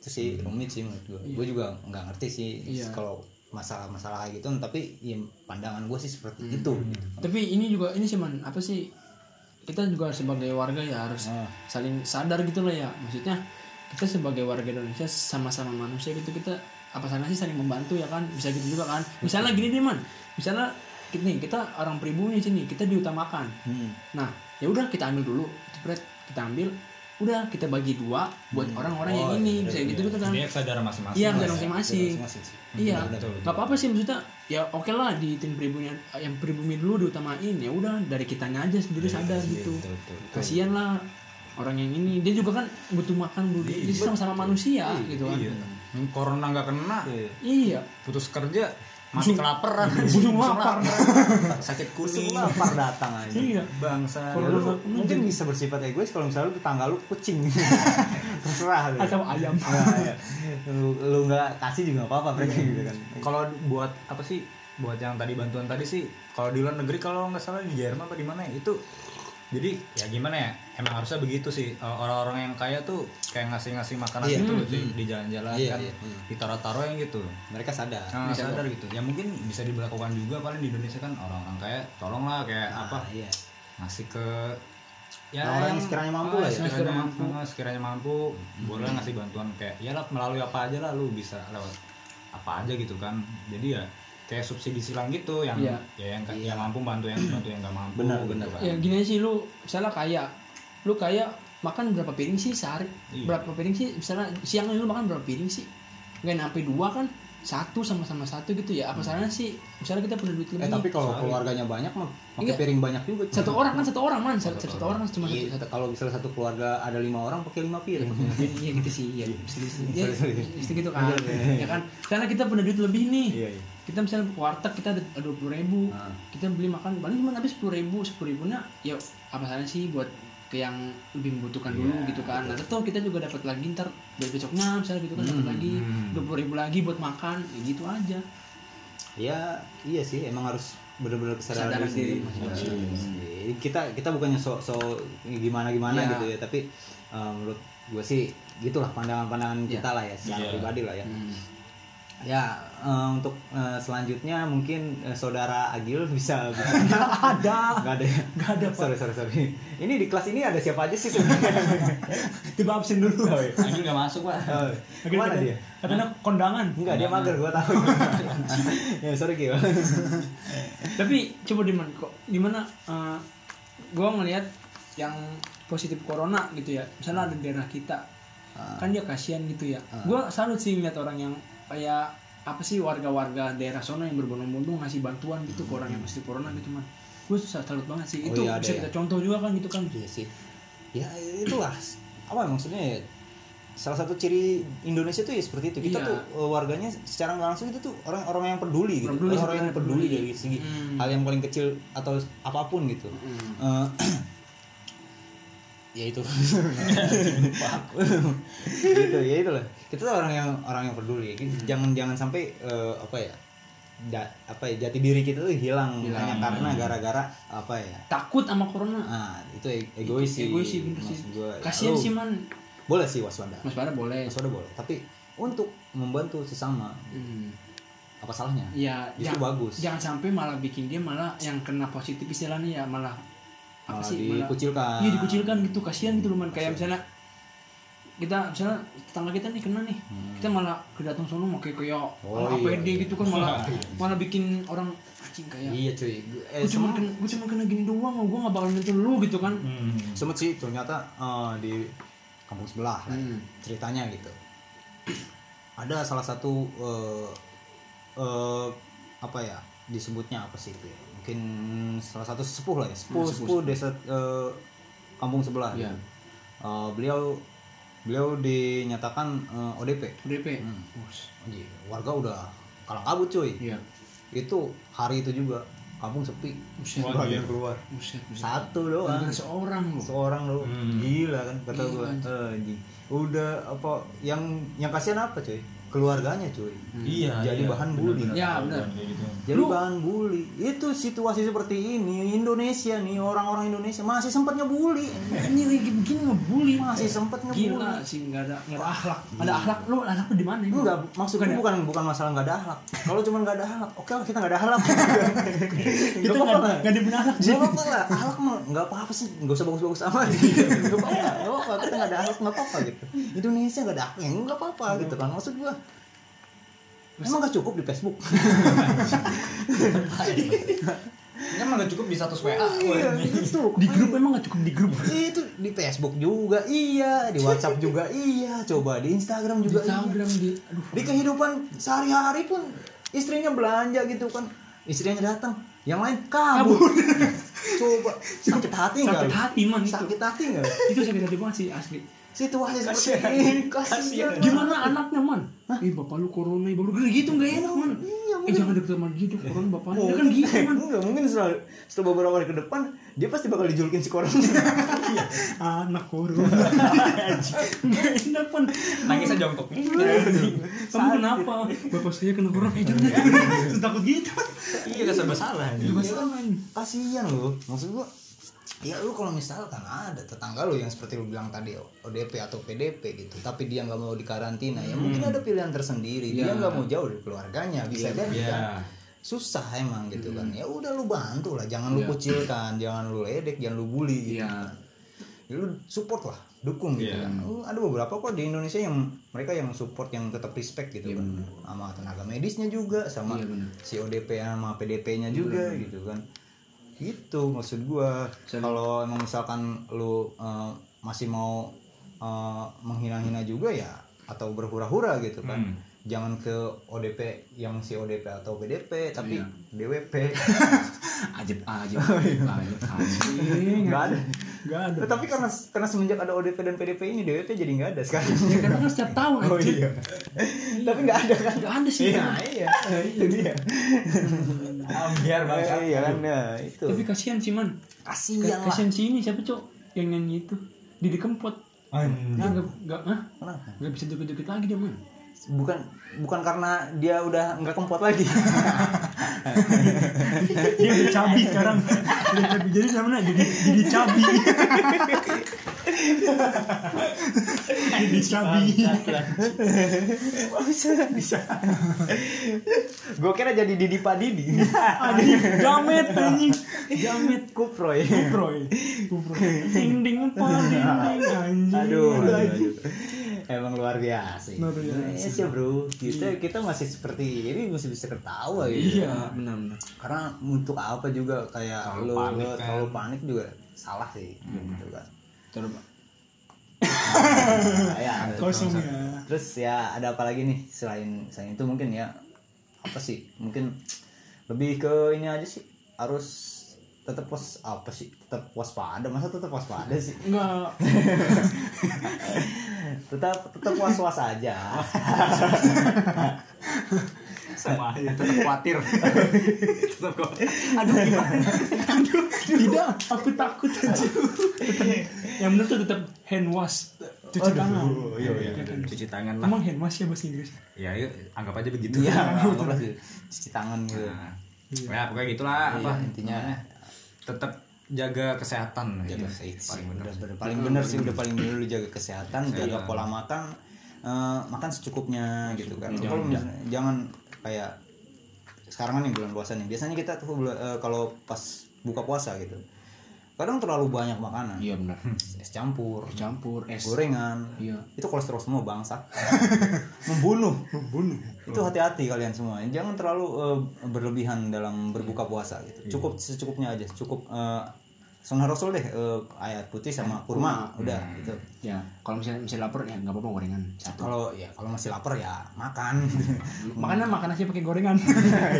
[SPEAKER 2] itu sih rumit sih menurut gue gue juga nggak ngerti sih
[SPEAKER 4] Iya.
[SPEAKER 2] kalau masalah-masalah kayak gitu tapi ya pandangan gue sih seperti
[SPEAKER 4] Hmm.
[SPEAKER 2] itu gitu.
[SPEAKER 4] tapi ini juga ini sih man apa sih kita juga sebagai warga ya harus
[SPEAKER 2] Ah.
[SPEAKER 4] saling sadar gitu loh ya maksudnya kita sebagai warga Indonesia sama-sama manusia gitu kita apa salahnya sih saling membantu ya kan bisa gitu juga kan misalnya gini deh man misalnya kita nih kita orang pribumi sini kita diutamakan
[SPEAKER 2] Hmm.
[SPEAKER 4] nah ya udah kita ambil dulu Jepret, kita ambil udah kita bagi dua buat orang-orang yang
[SPEAKER 2] Oh, iya,
[SPEAKER 4] ini bisa gitu gitu kan
[SPEAKER 5] Dia sadar masing-masing.
[SPEAKER 4] iya nggak ada
[SPEAKER 2] Masing-masing
[SPEAKER 4] masing-masing
[SPEAKER 2] sih.
[SPEAKER 4] Iya,
[SPEAKER 5] betul, betul.
[SPEAKER 4] nggak apa-apa sih maksudnya. Ya oke lah di tim pribumi yang pribumi dulu diutamain ya udah dari kitanya aja sendiri sadar gitu.
[SPEAKER 5] Iya, betul, betul,
[SPEAKER 4] Kasihan lah orang yang ini dia juga kan butuh makan butuh dia sama-sama manusia gitu kan.
[SPEAKER 5] Iya. Corona nggak kena,
[SPEAKER 4] Iya.
[SPEAKER 5] putus kerja,
[SPEAKER 2] mati kelaparan
[SPEAKER 4] Busung lapar.
[SPEAKER 2] sakit kuning lapar datang aja
[SPEAKER 4] Iya.
[SPEAKER 2] bangsa Ya,
[SPEAKER 4] Kalau
[SPEAKER 2] lu
[SPEAKER 4] lu-
[SPEAKER 2] mungkin bisa bersifat egois kalau misalnya lu tetangga lu kucing terserah lu.
[SPEAKER 4] Atau ayam.
[SPEAKER 2] Nah, iya. lu lu nggak kasih juga nggak apa-apa mereka
[SPEAKER 4] Iya.
[SPEAKER 2] gitu kan
[SPEAKER 5] Kalau buat apa sih? Buat yang tadi bantuan tadi sih, kalau di luar negeri kalau nggak salah di Jerman apa di mana ya, itu jadi ya gimana ya emang harusnya begitu sih Eh, orang-orang yang kaya tuh kayak ngasih-ngasih makanan
[SPEAKER 2] Iya.
[SPEAKER 5] gitu loh sih di jalan-jalan
[SPEAKER 2] Iya,
[SPEAKER 5] kan
[SPEAKER 2] iya, iya.
[SPEAKER 5] ditaro-taroin gitu
[SPEAKER 2] mereka sadar
[SPEAKER 5] nah,
[SPEAKER 4] Ah,
[SPEAKER 5] sadar gitu ya mungkin bisa diberlakukan juga paling di Indonesia kan orang-orang kaya tolonglah kayak apa
[SPEAKER 2] Ah, iya
[SPEAKER 5] ngasih ke ya
[SPEAKER 2] Orang-orang yang
[SPEAKER 5] yang-
[SPEAKER 2] sekiranya mampu
[SPEAKER 5] ah,
[SPEAKER 2] lah ya.
[SPEAKER 5] sekiranya mampu ah, sekiranya mampu boleh ngasih bantuan kayak ya lah melalui apa aja lah lu bisa lewat apa aja gitu kan jadi ya kayak subsidi silang gitu yang
[SPEAKER 4] Iya.
[SPEAKER 5] ya yang yang mampu bantu yang bantu yang gak mampu
[SPEAKER 2] Benar,
[SPEAKER 5] gitu
[SPEAKER 2] benar.
[SPEAKER 5] kan.
[SPEAKER 4] ya gini aja sih lu misalnya kaya lu kaya makan berapa piring sih sehari
[SPEAKER 5] Iya.
[SPEAKER 4] berapa piring sih misalnya siang lu makan berapa piring sih nggak sampai dua kan satu sama-sama satu gitu ya apa
[SPEAKER 5] Hmm.
[SPEAKER 4] salahnya sih misalnya kita punya duit lebih
[SPEAKER 2] eh tapi kalau keluarganya banyak mah pakai
[SPEAKER 4] Iya.
[SPEAKER 2] piring banyak juga
[SPEAKER 4] satu orang kan satu orang man satu, satu orang kan cuma satu,
[SPEAKER 2] Iya,
[SPEAKER 4] satu.
[SPEAKER 2] kalau misalnya satu keluarga ada lima orang pakai lima piring
[SPEAKER 4] Jadi, ya gitu sih ya mesti gitu ya,
[SPEAKER 2] Iya, Sorry, sorry. Iya,
[SPEAKER 4] mesti gitu kan ya kan karena kita punya duit lebih nih kita misalnya ke warteg kita ada dua puluh ribu
[SPEAKER 2] Ah.
[SPEAKER 4] kita beli makan paling cuma habis sepuluh ribu sepuluh ribunya ya apa salahnya sih buat ke yang lebih membutuhkan dulu
[SPEAKER 2] Iya,
[SPEAKER 4] gitu kan nah tuh kita juga dapat lagi ntar dari besoknya misalnya gitu kan
[SPEAKER 2] Hmm,
[SPEAKER 4] dapat lagi dua puluh ribu lagi buat makan ya gitu aja
[SPEAKER 2] ya iya sih emang harus benar-benar kesadaran
[SPEAKER 4] Kesadaran
[SPEAKER 2] diri
[SPEAKER 4] diri
[SPEAKER 2] masing-masing. Jadi iya. kita kita bukannya so so gimana
[SPEAKER 4] Iya.
[SPEAKER 2] gimana gitu ya tapi eh, menurut gue sih gitulah
[SPEAKER 4] Iya.
[SPEAKER 2] pandangan-pandangan kita lah ya secara pribadi lah ya
[SPEAKER 4] Hmm.
[SPEAKER 2] ya eh, untuk eh, selanjutnya mungkin eh, saudara Agil bisa nggak
[SPEAKER 4] ada
[SPEAKER 2] ada ya?
[SPEAKER 4] Nggak ada, Pak.
[SPEAKER 2] sorry sorry sorry ini di kelas ini ada siapa aja sih sebenarnya
[SPEAKER 4] tiba absen dulu
[SPEAKER 5] Anjing gak masuk pak
[SPEAKER 2] Oh, mana dia
[SPEAKER 4] katanya kondangan
[SPEAKER 2] Enggak, dia mager gue tahu. ya sorry Gil.
[SPEAKER 4] tapi coba diman kok gimana eh, gua ngelihat yang positif corona gitu ya misalnya ada di daerah kita
[SPEAKER 2] Ah.
[SPEAKER 4] kan dia kasihan gitu ya gua salut sih ngeliat orang yang kayak apa sih warga-warga daerah sana yang berbondong-bondong ngasih bantuan gitu ke orang yang positif corona gitu man gue susah salut banget sih
[SPEAKER 2] Hmm. Oh
[SPEAKER 4] itu
[SPEAKER 2] iya, ada
[SPEAKER 4] bisa
[SPEAKER 2] ya.
[SPEAKER 4] kita contoh juga kan gitu kan
[SPEAKER 2] Iya sih. Ya itulah apa maksudnya ya? Salah satu ciri Indonesia tuh ya seperti itu. Kita
[SPEAKER 4] Iya.
[SPEAKER 2] tuh eh, warganya secara nggak langsung itu tuh orang-orang yang peduli gitu.
[SPEAKER 4] Peduli,
[SPEAKER 2] Orang-orang yang peduli dari
[SPEAKER 4] sebenarnya
[SPEAKER 2] segi hal yang paling kecil atau apapun gitu. Eh, ya itu gitu ya itu lah kita tuh orang yang orang yang peduli jangan jangan sampai eh, apa ya da- apa ya jati diri kita tuh hilang, hanya karena gara-gara apa ya
[SPEAKER 4] takut sama corona
[SPEAKER 2] Nah, itu e- egois sih.
[SPEAKER 4] egois sih bener
[SPEAKER 2] Maksud
[SPEAKER 4] sih
[SPEAKER 2] gua, ya,
[SPEAKER 4] kasihan
[SPEAKER 2] lu
[SPEAKER 4] sih man
[SPEAKER 2] Boleh sih waspada.
[SPEAKER 4] mas Bara boleh
[SPEAKER 2] Waspada boleh, tapi untuk membantu sesama
[SPEAKER 4] Hmm.
[SPEAKER 2] apa salahnya?
[SPEAKER 4] ya
[SPEAKER 2] Itu
[SPEAKER 4] jangan-
[SPEAKER 2] bagus.
[SPEAKER 4] jangan sampai malah bikin dia malah yang kena positif istilahnya ya malah apa
[SPEAKER 2] Malah
[SPEAKER 4] sih malah-
[SPEAKER 2] dikucilkan.
[SPEAKER 4] iya dikucilkan gitu kasihan gitu lumayan kayak misalnya kita misalnya tetangga kita nih kena nih kita malah kedatang sono pakai kayak
[SPEAKER 2] Hmm. Oh,
[SPEAKER 4] malah
[SPEAKER 2] iya,
[SPEAKER 4] APD
[SPEAKER 2] iya.
[SPEAKER 4] gitu kan malah malah bikin orang anjing kayak
[SPEAKER 2] Iya cuy. Eh,
[SPEAKER 4] gue
[SPEAKER 2] semua-
[SPEAKER 4] cuma
[SPEAKER 2] Hmm.
[SPEAKER 4] kena gue cuma kena gini doang gue gak bakal nyentuh lu gitu kan
[SPEAKER 2] semut sih ternyata eh, di kampung sebelah lah,
[SPEAKER 4] Hmm.
[SPEAKER 2] ceritanya gitu ada salah satu eh, eh, apa ya disebutnya apa sih itu ya? mungkin salah satu sepuh lah ya sepuh sepuh desa eh, kampung sebelah
[SPEAKER 4] Hmm, Iya.
[SPEAKER 2] gitu. Eh, beliau beliau dinyatakan eh, ODP
[SPEAKER 4] DP
[SPEAKER 2] Hmm. Iya, warga udah kalang kabut cuy
[SPEAKER 4] iya
[SPEAKER 2] itu hari itu juga kampung sepi
[SPEAKER 4] Buset,
[SPEAKER 2] Nggak ada yang keluar
[SPEAKER 4] buset, buset.
[SPEAKER 2] satu doang
[SPEAKER 4] Gara-gara seorang loh
[SPEAKER 2] seorang lo gila kan kata
[SPEAKER 4] Hmm. Iya,
[SPEAKER 2] gua
[SPEAKER 4] anjing.
[SPEAKER 2] Eh, anjing udah apa yang yang kasihan apa cuy keluarganya cuy
[SPEAKER 5] Iya,
[SPEAKER 2] jadi
[SPEAKER 5] iya.
[SPEAKER 2] bahan bully
[SPEAKER 4] ya Hmm. benar
[SPEAKER 5] Kayak gitu.
[SPEAKER 2] jadi bahan bully itu situasi seperti ini Indonesia nih orang-orang Indonesia masih sempatnya bully
[SPEAKER 4] ini lagi begini ngebully
[SPEAKER 2] masih sempat ngebully
[SPEAKER 4] gila sih nggak ada nggak ada akhlak ada akhlak lu akhlak lu di mana ini?
[SPEAKER 2] Enggak, maksudnya
[SPEAKER 4] Bukan ya?
[SPEAKER 2] bukan bukan masalah nggak ada akhlak. Kalau cuma nggak ada akhlak, oke lah kita nggak ada akhlak.
[SPEAKER 4] kita
[SPEAKER 2] Nggak
[SPEAKER 4] nggak
[SPEAKER 2] apa-apa.
[SPEAKER 4] nggak ada benar akhlak
[SPEAKER 2] Gak apa-apa lah, ahlak mah gak apa-apa sih, gak usah bagus-bagus amat Gak apa-apa, gak apa-apa, kita gak ada ahlak gak apa-apa gitu Indonesia gak ada ahlak, ya gak apa-apa gitu kan, maksud gua Emang gak cukup di Facebook?
[SPEAKER 5] Ini emang gak cukup di satu WA
[SPEAKER 2] iya, itu
[SPEAKER 4] di grup emang nggak cukup di grup
[SPEAKER 2] Itu di Facebook juga iya, di WhatsApp juga iya, coba di Instagram
[SPEAKER 4] di
[SPEAKER 2] juga iya
[SPEAKER 4] Instagram di aduh
[SPEAKER 2] Di kehidupan sehari-hari pun istrinya belanja gitu kan Istrinya datang, yang lain kabur Coba, sakit hati gak?
[SPEAKER 4] sakit hati man itu
[SPEAKER 2] Sakit hati gak?
[SPEAKER 4] itu sakit hati banget sih asli
[SPEAKER 2] situasi seperti ini kasihan
[SPEAKER 4] gimana anaknya man ih bapak lu corona baru gitu nggak enak man
[SPEAKER 2] iya
[SPEAKER 4] eh jangan deket sama dia dong orang bapaknya dia kan gitu man
[SPEAKER 2] Enggak, mungkin setelah, setelah beberapa hari ke depan dia pasti bakal dijulukin si koran.
[SPEAKER 4] anak kurung gak enak man Iya,
[SPEAKER 5] Nangisnya jongkok.
[SPEAKER 4] kamu kenapa bapak saya kena kurang eh jangan jangan takut gitu
[SPEAKER 5] Iya kan serba salah.
[SPEAKER 4] itu masalah man
[SPEAKER 2] Kasihan loh. Maksud gua Ya lu kalau misalkan ada tetangga lu yang seperti lu bilang tadi ODP atau PDP gitu, tapi dia nggak mau dikarantina, ya mungkin ada pilihan tersendiri. Dia nggak mau jauh dari keluarganya, bisa jadi
[SPEAKER 5] Iya.
[SPEAKER 2] kan. susah emang gitu kan ya udah lu bantu lah jangan lu
[SPEAKER 3] Iya.
[SPEAKER 2] kucilkan jangan lu ledek jangan lu bully gitu
[SPEAKER 3] Iya.
[SPEAKER 2] kan. Ya, lu support lah dukung gitu
[SPEAKER 5] Iya.
[SPEAKER 2] kan Lu- ada beberapa kok di Indonesia yang mereka yang support yang tetap respect gitu kan sama tenaga medisnya juga sama
[SPEAKER 3] Iya, bener. Iya,
[SPEAKER 2] si ODP sama PDP-nya juga gitu kan gitu maksud gua kalau emang misalkan lu eh, masih mau eh, menghina-hina juga ya atau berhura-hura gitu kan
[SPEAKER 5] Hmm.
[SPEAKER 2] jangan ke ODP yang si ODP atau PDP tapi
[SPEAKER 3] Iya.
[SPEAKER 2] DWP
[SPEAKER 3] Ajib ajib. Ajib ajib.
[SPEAKER 2] Iya, nggak ada Nah,
[SPEAKER 4] gak ada
[SPEAKER 2] tapi karena karena semenjak ada ODP dan PDP ini DWP jadi nggak ada sekarang
[SPEAKER 4] karena kan setiap tahun
[SPEAKER 2] oh
[SPEAKER 4] anjing.
[SPEAKER 2] iya tapi nggak ada kan
[SPEAKER 4] gak ada sih
[SPEAKER 2] Nah, iya itu dia
[SPEAKER 5] Ambiar
[SPEAKER 2] Eh, iya kan nah, itu
[SPEAKER 4] tapi kasihan sih man
[SPEAKER 2] kasihan lah
[SPEAKER 4] kasihan si ini siapa cok yang nyanyi itu Didi Kempot
[SPEAKER 2] Anjing.
[SPEAKER 4] Nah, gak, gak, hah?
[SPEAKER 2] Kenapa?
[SPEAKER 4] Gak bisa deket-deket lagi dia, man
[SPEAKER 2] bukan bukan karena dia udah nggak kempot lagi
[SPEAKER 4] Dia udah cabi sekarang Udah cabi, jadi namanya jadi, jadi cabi Jadi cabi
[SPEAKER 2] bisa bisa gue kira jadi Didi Padidi
[SPEAKER 4] Anjing, jamet anjing Jamet
[SPEAKER 2] Kuproy
[SPEAKER 4] Kuproy Kuproy Ding ding paling anjing
[SPEAKER 2] aduh, aduh, aduh. emang luar biasa
[SPEAKER 4] Luar biasa.
[SPEAKER 2] Indonesia bro kita kita masih seperti ini masih bisa ketawa gitu
[SPEAKER 4] Iya
[SPEAKER 3] Benar benar.
[SPEAKER 2] karena untuk apa juga kayak
[SPEAKER 5] Terlalu
[SPEAKER 2] lu
[SPEAKER 5] panik
[SPEAKER 2] lu
[SPEAKER 5] kan.
[SPEAKER 2] terlalu panik juga salah sih gitu kan
[SPEAKER 3] Terus
[SPEAKER 2] Nah, ya
[SPEAKER 4] Kosong ya
[SPEAKER 2] terus ya ada apa lagi nih selain selain itu mungkin ya apa sih mungkin lebih ke ini aja sih harus tetap was apa sih tetap waspada masa tetap waspada sih
[SPEAKER 4] Enggak
[SPEAKER 2] tetap tetap was was aja
[SPEAKER 5] Sama. Tetap khawatir. Tetap khawatir.
[SPEAKER 4] Aduh gimana Aduh Tidak Aku takut aja Yang bener tuh tetap hand wash Cuci tangan
[SPEAKER 2] iya iya
[SPEAKER 5] Cuci tangan lah.
[SPEAKER 4] Emang hand wash ya bahasa Inggris
[SPEAKER 5] Ya yuk, anggap aja begitu.
[SPEAKER 2] iya anggaplah gitu. cuci tangan gitu
[SPEAKER 5] Nah, ya pokoknya gitulah apa
[SPEAKER 2] Iya, intinya
[SPEAKER 5] tetap jaga kesehatan
[SPEAKER 2] jaga
[SPEAKER 5] Iya,
[SPEAKER 2] sih
[SPEAKER 5] paling benar
[SPEAKER 2] udah bener. paling bener sih udah paling bener lu jaga kesehatan jaga
[SPEAKER 5] Iya.
[SPEAKER 2] pola makan eh, makan secukupnya gitu kan kalau misalnya- jangan kayak sekarang kan yang bulan puasa nih biasanya kita tuh bula- eh, kalau pas buka puasa gitu kadang terlalu banyak makanan
[SPEAKER 3] iya benar.
[SPEAKER 2] es campur
[SPEAKER 3] Campur es.
[SPEAKER 2] gorengan
[SPEAKER 3] Iya.
[SPEAKER 2] itu kolesterol semua bangsa membunuh membunuh itu hati-hati kalian semua jangan terlalu eh, berlebihan dalam berbuka puasa gitu cukup secukupnya aja cukup eh, sunnah rasul deh eh, ayat putih sama kurma udah gitu
[SPEAKER 3] Ya, kalau misalnya misalnya lapar ya nggak apa-apa gorengan satu.
[SPEAKER 2] kalau ya kalau masih lapar ya makan
[SPEAKER 4] Makanan makan nasi pakai gorengan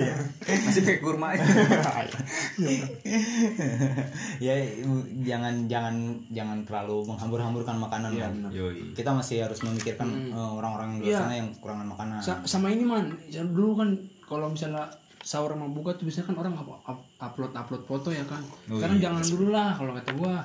[SPEAKER 5] masih kayak kurma
[SPEAKER 2] ya jangan jangan jangan terlalu menghambur-hamburkan makanan kan.
[SPEAKER 5] Yoi.
[SPEAKER 2] kita masih harus memikirkan eh, orang-orang di luar
[SPEAKER 4] Iya.
[SPEAKER 2] sana yang kekurangan makanan
[SPEAKER 4] Sa- sama ini man Ya, dulu kan kalau misalnya sahur sama buka tuh biasanya kan orang upload upload foto ya kan
[SPEAKER 5] Oh,
[SPEAKER 4] sekarang
[SPEAKER 5] iya.
[SPEAKER 4] jangan dulu lah kalau kata gua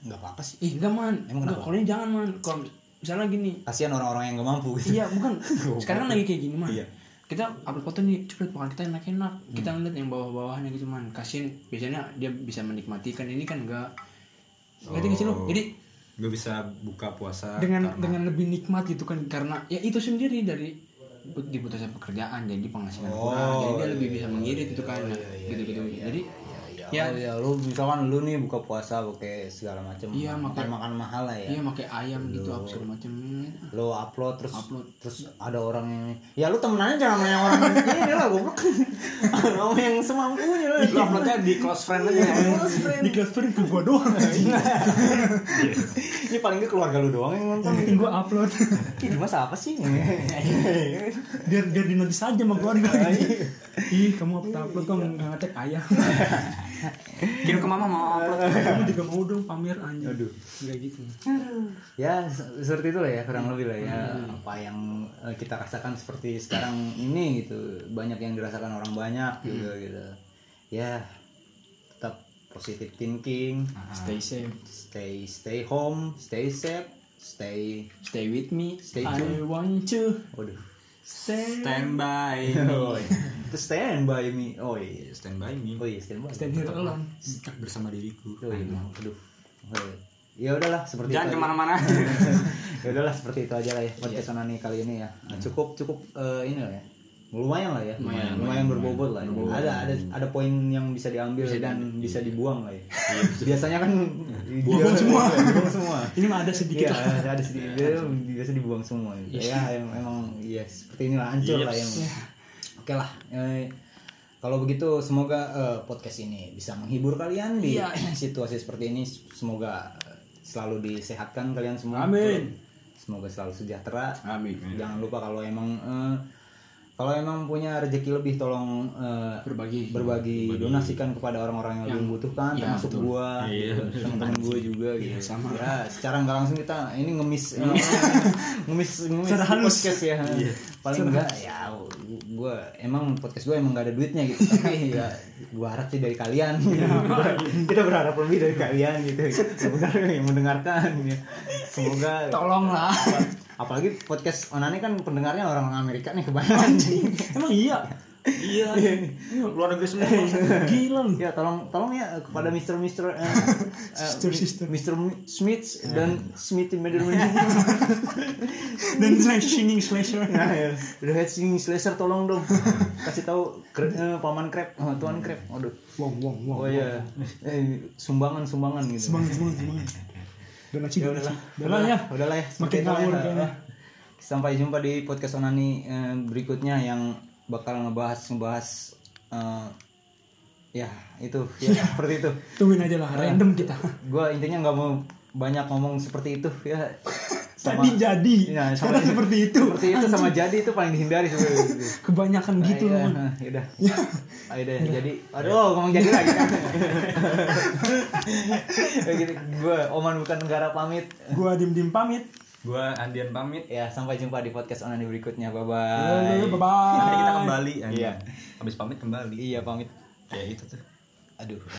[SPEAKER 2] nggak apa-apa sih
[SPEAKER 4] ih enggak man
[SPEAKER 2] Emang kenapa?
[SPEAKER 4] Enggak, kalau ini jangan man kalau misalnya gini
[SPEAKER 2] kasihan orang-orang yang nggak mampu gitu.
[SPEAKER 4] iya bukan
[SPEAKER 5] Oh,
[SPEAKER 4] sekarang kan lagi kayak gini man
[SPEAKER 2] Iya.
[SPEAKER 4] kita upload foto nih cepet makan kita enak-enak kita
[SPEAKER 5] Hmm.
[SPEAKER 4] ngeliat yang bawah-bawahnya gitu man kasian biasanya dia bisa menikmati kan ini kan enggak ngerti nggak sih lo
[SPEAKER 5] Oh.
[SPEAKER 4] jadi
[SPEAKER 5] gue bisa buka puasa Ah,
[SPEAKER 4] dengan
[SPEAKER 5] karena-
[SPEAKER 4] dengan lebih nikmat gitu kan karena ya itu sendiri dari diputusnya pekerjaan jadi penghasilan
[SPEAKER 5] Oh,
[SPEAKER 4] kurang jadi dia
[SPEAKER 5] iya,
[SPEAKER 4] lebih bisa mengirit gitu kan gitu gitu jadi
[SPEAKER 2] ya,
[SPEAKER 4] ya
[SPEAKER 2] oh, ya lu misalkan lu nih buka puasa pakai segala macam
[SPEAKER 4] Iya,
[SPEAKER 2] makan
[SPEAKER 4] makan-
[SPEAKER 2] makan mahal lah ya
[SPEAKER 4] iya pakai ayam gitu apa segala macam
[SPEAKER 2] lu upload terus
[SPEAKER 4] Upload.
[SPEAKER 2] terus ada orang yang ya lu temenannya jangan sama yang orang ini lah goblok sama yang semampunya lah
[SPEAKER 5] Lu uploadnya di close friend aja
[SPEAKER 4] di transfer ke gua doang
[SPEAKER 2] ini paling gak keluarga lu doang yang nonton
[SPEAKER 4] gua upload
[SPEAKER 2] ini masa apa sih
[SPEAKER 4] biar
[SPEAKER 5] Iya.
[SPEAKER 4] biar dinotis aja sama keluarga ih kamu upload upload kok nggak ngecek ayam
[SPEAKER 5] kirim ke mama mau upload
[SPEAKER 4] kamu juga mau dong pamer anjing aduh nggak gitu
[SPEAKER 2] ya se- seperti itulah ya kurang lebih lah ya apa yang eh, kita rasakan seperti sekarang ini gitu banyak yang dirasakan orang banyak juga gitu ya tetap positive thinking
[SPEAKER 5] Ah.
[SPEAKER 3] Stay safe.
[SPEAKER 2] stay stay home stay safe stay
[SPEAKER 3] Stay with me.
[SPEAKER 2] Stay
[SPEAKER 3] I
[SPEAKER 2] tuned.
[SPEAKER 3] want you.
[SPEAKER 2] waduh
[SPEAKER 4] stay
[SPEAKER 5] stand by
[SPEAKER 2] oh, iya. Terus stand by me oh iya
[SPEAKER 5] stand by me
[SPEAKER 2] oh iya stand by
[SPEAKER 4] stand here alone
[SPEAKER 5] stuck bersama diriku
[SPEAKER 2] oh, iya. aduh Oh, iya. ya udahlah seperti
[SPEAKER 5] jangan
[SPEAKER 2] itu aja.
[SPEAKER 5] kemana-mana
[SPEAKER 2] ya udahlah seperti itu aja lah ya podcast Onani kali ini ya Nah, cukup cukup eh, ini lah ya lumayan lah ya lumayan, berbobot lah ya. ada ada ada poin yang bisa diambil dan bisa dibuang lah ya biasanya kan dibuang semua dibuang semua
[SPEAKER 4] ini mah ada
[SPEAKER 2] Iya,
[SPEAKER 4] sedikit lah
[SPEAKER 2] ada ada sedikit Dia biasa dibuang semua gitu. ya em- emang ya seperti inilah hancur lah yang oke lah eh, kalau begitu semoga eh, podcast ini bisa menghibur kalian di situasi seperti ini semoga eh, selalu disehatkan kalian semua
[SPEAKER 4] Amin.
[SPEAKER 2] semoga selalu sejahtera
[SPEAKER 3] Amin.
[SPEAKER 2] jangan lupa kalau emang eh, kalau emang punya rezeki lebih tolong eh,
[SPEAKER 3] Berbagi.
[SPEAKER 2] berbagi donasikan kepada orang-orang yang, lebih membutuhkan termasuk gua gitu, teman-teman gua juga gitu ya secara nggak langsung kita ini ngemis eh, ngemis ngemis
[SPEAKER 4] Secara halus.
[SPEAKER 2] podcast ya paling enggak ya gua emang podcast gua emang nggak ada duitnya gitu tapi ya gua harap sih dari kalian kita berharap lebih dari kalian gitu benar yang mendengarkan ya. semoga
[SPEAKER 4] tolonglah
[SPEAKER 2] apalagi podcast onani kan pendengarnya orang Amerika nih kebanyakan
[SPEAKER 4] emang iya
[SPEAKER 5] iya luar negeri semua
[SPEAKER 4] gila lu
[SPEAKER 2] ya tolong tolong ya eh, kepada Mr. Mr. eh, eh,
[SPEAKER 4] Sister, sister.
[SPEAKER 2] Mr. M- Smith dan Smith Mederman
[SPEAKER 4] dan slashing slasher
[SPEAKER 2] nah ya udah head singing slasher tolong dong kasih tahu kre- eh, paman krep oh, tuan krep waduh
[SPEAKER 4] wong wong wong
[SPEAKER 2] oh ya eh, sumbangan sumbangan gitu
[SPEAKER 4] semangat semangat semangat donasi
[SPEAKER 2] ya
[SPEAKER 4] donasi
[SPEAKER 2] udahlah
[SPEAKER 4] udahlah ya
[SPEAKER 2] udahlah ya seperti itu
[SPEAKER 4] Makin
[SPEAKER 2] lah ya.
[SPEAKER 4] ngawur kayaknya.
[SPEAKER 2] sampai jumpa di podcast onani eh, berikutnya yang bakal ngebahas ngebahas eh, ya itu ya seperti itu
[SPEAKER 4] tungguin aja lah random kita
[SPEAKER 2] gue intinya nggak mau banyak ngomong seperti itu ya
[SPEAKER 4] tadi jadi
[SPEAKER 2] Iya, sama-
[SPEAKER 4] sekarang seperti itu
[SPEAKER 2] seperti itu sama jadi itu paling dihindari sebenarnya
[SPEAKER 4] kebanyakan gitu
[SPEAKER 2] ya,
[SPEAKER 4] loh
[SPEAKER 2] udah udah jadi aduh ngomong jadi lagi kan ya, gitu gue oman bukan negara pamit
[SPEAKER 4] gua dim dim pamit
[SPEAKER 5] gua Andian pamit
[SPEAKER 2] ya sampai jumpa di podcast onani berikutnya bye
[SPEAKER 4] bye
[SPEAKER 2] bye
[SPEAKER 5] Nanti kita
[SPEAKER 4] bye
[SPEAKER 5] kembali
[SPEAKER 2] Iya.
[SPEAKER 5] iya habis pamit kembali
[SPEAKER 2] iya pamit
[SPEAKER 5] ya itu tuh
[SPEAKER 2] aduh